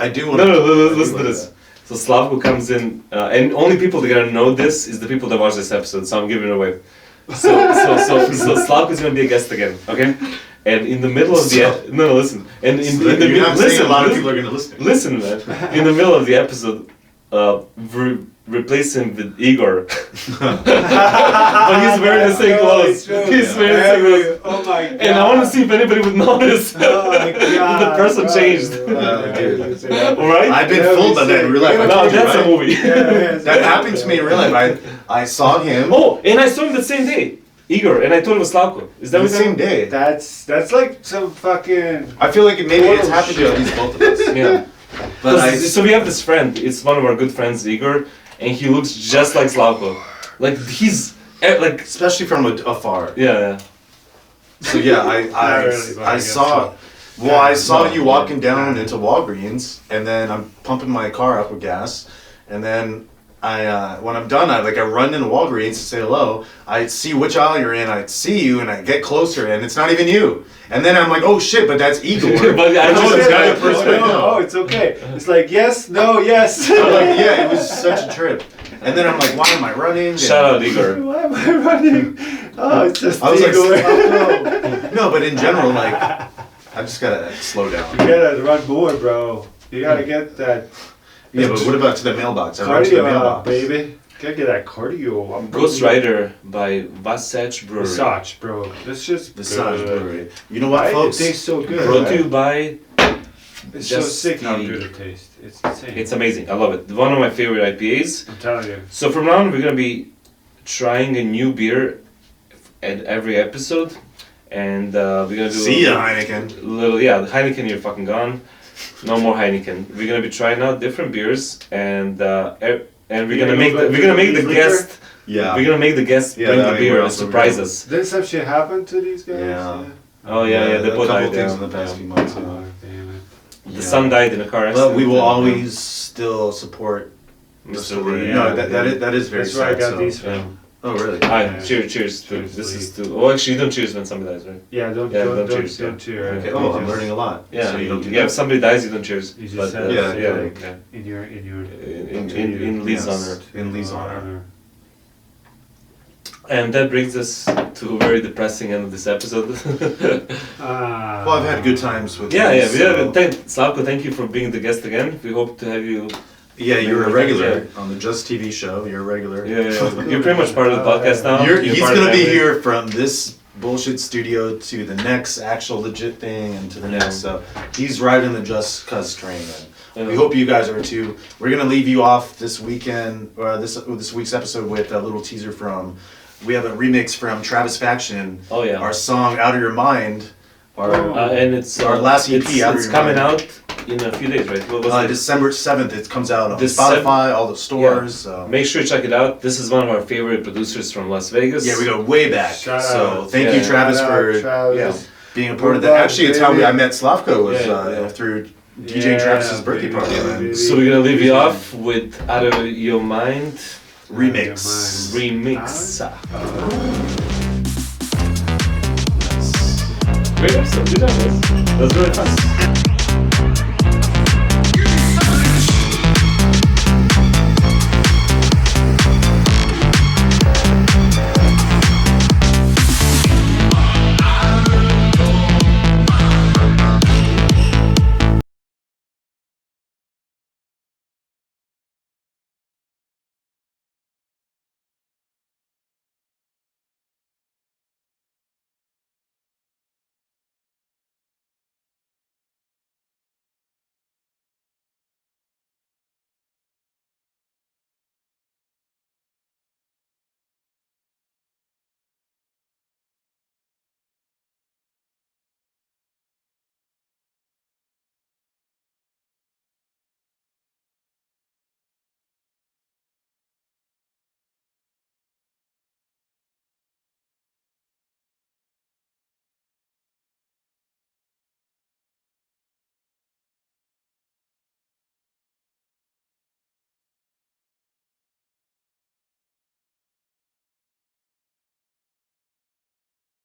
Speaker 1: I do want.
Speaker 2: No, no, li- li- listen to this. So Slavko comes in, uh, and only people that are gonna know this is the people that watch this episode. So I'm giving it away. So, so, so, so Slavko's gonna be a guest again, okay? And in the middle of the ep- no, no, listen. And in, in the
Speaker 1: you
Speaker 2: middle,
Speaker 1: I'm saying
Speaker 2: listen,
Speaker 1: a lot of
Speaker 2: listen,
Speaker 1: people are gonna listen.
Speaker 2: listen, man. In the middle of the episode, uh, re- replace him with Igor. <laughs> but he's wearing the same clothes.
Speaker 3: Totally true.
Speaker 2: He's wearing the same clothes.
Speaker 3: Oh my god.
Speaker 2: And I want to see if anybody would <laughs> notice
Speaker 3: Oh my god.
Speaker 2: <laughs> the person
Speaker 3: bro.
Speaker 2: changed.
Speaker 1: Yeah, dude.
Speaker 3: Yeah,
Speaker 2: Alright?
Speaker 1: I've been
Speaker 3: Yeah, we
Speaker 1: fooled by that
Speaker 3: said-
Speaker 1: in real life.
Speaker 3: Yeah,
Speaker 1: I
Speaker 2: No,
Speaker 1: told you,
Speaker 2: that's a
Speaker 1: right?
Speaker 2: movie.
Speaker 3: yeah,
Speaker 1: That
Speaker 3: yeah.
Speaker 1: happened to me in real life. I, I saw him
Speaker 2: <laughs> Oh, and I saw him the same day, Igor, and I told him it was Slavko. Is that
Speaker 1: the
Speaker 2: what
Speaker 1: same day.
Speaker 3: That's that's like some fucking.
Speaker 1: I feel like it maybe it's happened to
Speaker 3: Bullshit.
Speaker 1: at least both of us.
Speaker 2: <laughs> Yeah.
Speaker 1: But I,
Speaker 2: so we have this friend. It's one of our good friends, Igor, and he looks just like Slavko. Like he's eh, like
Speaker 1: especially from a, afar.
Speaker 2: yeah.
Speaker 1: So yeah,
Speaker 3: <laughs>
Speaker 1: I I,
Speaker 3: really, but
Speaker 1: I
Speaker 3: I guess
Speaker 1: saw. Well, I saw you walking down into Walgreens, and then I'm pumping my car up with gas, and then I uh, when I'm done, I like I run into Walgreens to say hello. I see which aisle you're in. I see you, and I get closer, and it's not even you. And then I'm like, oh shit, but that's Igor.
Speaker 2: <laughs> But I
Speaker 1: Which
Speaker 2: just-
Speaker 1: is the guy
Speaker 2: I
Speaker 1: that first
Speaker 2: just-
Speaker 1: met.
Speaker 3: Oh, it's okay. It's like yes, no,
Speaker 2: <laughs>
Speaker 3: yes.
Speaker 1: I'm like, yeah, it was such a trip. And then I'm like, why am I running?
Speaker 2: Shout out Igor.
Speaker 3: <laughs> Why am I running? Oh, it's just
Speaker 1: I was like,
Speaker 3: Igor.
Speaker 1: "Stop, no. no, but in general, like, I just gotta slow down.
Speaker 3: <laughs> you gotta run more, bro. You gotta get that
Speaker 1: Yeah, but what about to the mailbox? I wrote to the
Speaker 3: cardio out,
Speaker 1: mailbox.
Speaker 3: baby. Gotta get that cardio. up, bro.
Speaker 2: Ghost Rider by Vasach Brewery.
Speaker 3: Massage, bro. That's just
Speaker 1: Massage
Speaker 3: good.
Speaker 1: brewery. You know what,
Speaker 3: Right?
Speaker 1: folks?
Speaker 3: It tastes so good.
Speaker 2: Brought to
Speaker 3: right?
Speaker 2: you by.
Speaker 3: It's so
Speaker 2: Just
Speaker 3: sick how
Speaker 2: the-
Speaker 3: good it tastes. It's insane.
Speaker 2: It's amazing. I love it. One of my favorite IPAs.
Speaker 3: I'm telling you.
Speaker 2: So from now on, we're gonna be trying a new beer at every episode, and uh, we're gonna do.
Speaker 1: See ya, Heineken.
Speaker 2: little yeah, Heineken, you're fucking gone. No more Heineken. We're gonna be trying out different beers, and uh, er- and we're
Speaker 3: You're
Speaker 2: gonna
Speaker 3: gonna
Speaker 2: make
Speaker 3: go
Speaker 2: the,
Speaker 3: back to
Speaker 2: we're gonna
Speaker 3: the
Speaker 2: make the
Speaker 3: liquor?
Speaker 2: guest.
Speaker 1: Yeah.
Speaker 2: We're gonna make the guest
Speaker 1: Yeah,
Speaker 2: bring
Speaker 1: that
Speaker 2: the
Speaker 1: we
Speaker 2: beer
Speaker 1: were
Speaker 2: and
Speaker 1: also-
Speaker 2: surprise us.
Speaker 3: Didn't some shit happen to these guys?
Speaker 1: Yeah. Uh,
Speaker 2: Oh yeah, yeah.
Speaker 1: a
Speaker 2: they both
Speaker 1: couple
Speaker 2: died.
Speaker 1: things in
Speaker 2: Yeah.
Speaker 1: the past few months. yeah.
Speaker 3: Oh, damn it.
Speaker 2: The son died in a car accident.
Speaker 1: But we will
Speaker 2: and, uh,
Speaker 1: always still support
Speaker 2: Mr. Lee.
Speaker 1: No, that, that, is, that is very
Speaker 3: That's where I
Speaker 1: sad.
Speaker 3: got
Speaker 1: so-
Speaker 3: these
Speaker 2: Yeah.
Speaker 3: from.
Speaker 1: Oh, really?
Speaker 2: Aye,
Speaker 3: Yeah.
Speaker 2: cheers, cheers. to-
Speaker 3: Cheers,
Speaker 2: this
Speaker 3: Lee.
Speaker 2: is too. Oh, actually, you don't cheers when somebody dies, right?
Speaker 3: Yeah, don't
Speaker 2: Yeah,
Speaker 3: don't
Speaker 2: don't
Speaker 3: don't, don't
Speaker 2: cheers,
Speaker 3: cheer.
Speaker 2: yeah. Okay,
Speaker 1: Okay. Oh, I'm
Speaker 3: Just
Speaker 1: learning a lot.
Speaker 2: Yeah,
Speaker 1: So you don't do
Speaker 2: yeah. If
Speaker 1: that?
Speaker 2: somebody dies, you don't cheers.
Speaker 3: You just
Speaker 2: But,
Speaker 3: said
Speaker 2: uh,
Speaker 1: Yeah,
Speaker 2: yeah,
Speaker 1: like-
Speaker 2: yeah.
Speaker 3: in your in your
Speaker 2: In, in, in, in Lee's
Speaker 1: Yes,
Speaker 2: honor. Uh,
Speaker 1: In Lee's honor.
Speaker 2: And that brings us to a very depressing end of this episode. <laughs>
Speaker 3: Ah.
Speaker 1: Well, I've had good times with
Speaker 2: yeah, yeah.
Speaker 1: Lee,
Speaker 2: We have,
Speaker 1: so-
Speaker 2: thank, Slavko, thank you for being the guest again. We hope to have you.
Speaker 1: Yeah, you're a regular on the Just TV show. You're a regular.
Speaker 2: Yeah, yeah, yeah.
Speaker 1: <laughs>
Speaker 2: you're pretty much part of the podcast now.
Speaker 1: Uh, You're,
Speaker 2: You're
Speaker 1: he's
Speaker 2: part of
Speaker 1: gonna be
Speaker 2: family.
Speaker 1: here from this bullshit studio to the next actual legit thing and to the next. So he's riding the just cuz train. And we
Speaker 2: Yeah.
Speaker 1: hope you guys are too. We're gonna leave you off this weekend or this this week's episode with a little teaser from. We have a remix from Travis Faction.
Speaker 2: Oh, yeah.
Speaker 1: Our song "Out of Your Mind." Our
Speaker 2: Uh, and it's
Speaker 1: Our
Speaker 2: uh,
Speaker 1: last E EP,
Speaker 2: It's,
Speaker 1: Out of
Speaker 2: it's
Speaker 1: Your
Speaker 2: coming
Speaker 1: Mind.
Speaker 2: out in a few days, right? What was
Speaker 1: uh,
Speaker 2: it?
Speaker 1: December seventh. It comes out on
Speaker 2: Decem-
Speaker 1: Spotify, all the stores. so-
Speaker 2: Make sure you check it out. This is one of our favorite producers from Las Vegas.
Speaker 1: Yeah, we go way back.
Speaker 3: Shout
Speaker 1: so
Speaker 3: out.
Speaker 1: thank
Speaker 2: Yeah.
Speaker 1: you, Travis,
Speaker 3: Shout out,
Speaker 1: for
Speaker 3: Travis.
Speaker 1: yeah, being a part of
Speaker 3: We're
Speaker 1: that.
Speaker 3: back,
Speaker 1: Actually, it's how we,
Speaker 3: baby.
Speaker 1: I met Slavko was
Speaker 2: Yeah,
Speaker 1: uh,
Speaker 2: yeah.
Speaker 1: through DJ
Speaker 3: Yeah,
Speaker 1: Travis's birthday
Speaker 3: baby,
Speaker 1: party
Speaker 3: baby.
Speaker 1: and
Speaker 2: So we're gonna leave you off with Out of Your Mind
Speaker 1: remix.
Speaker 2: remix. Great episode. Good job, guys. That was really fun.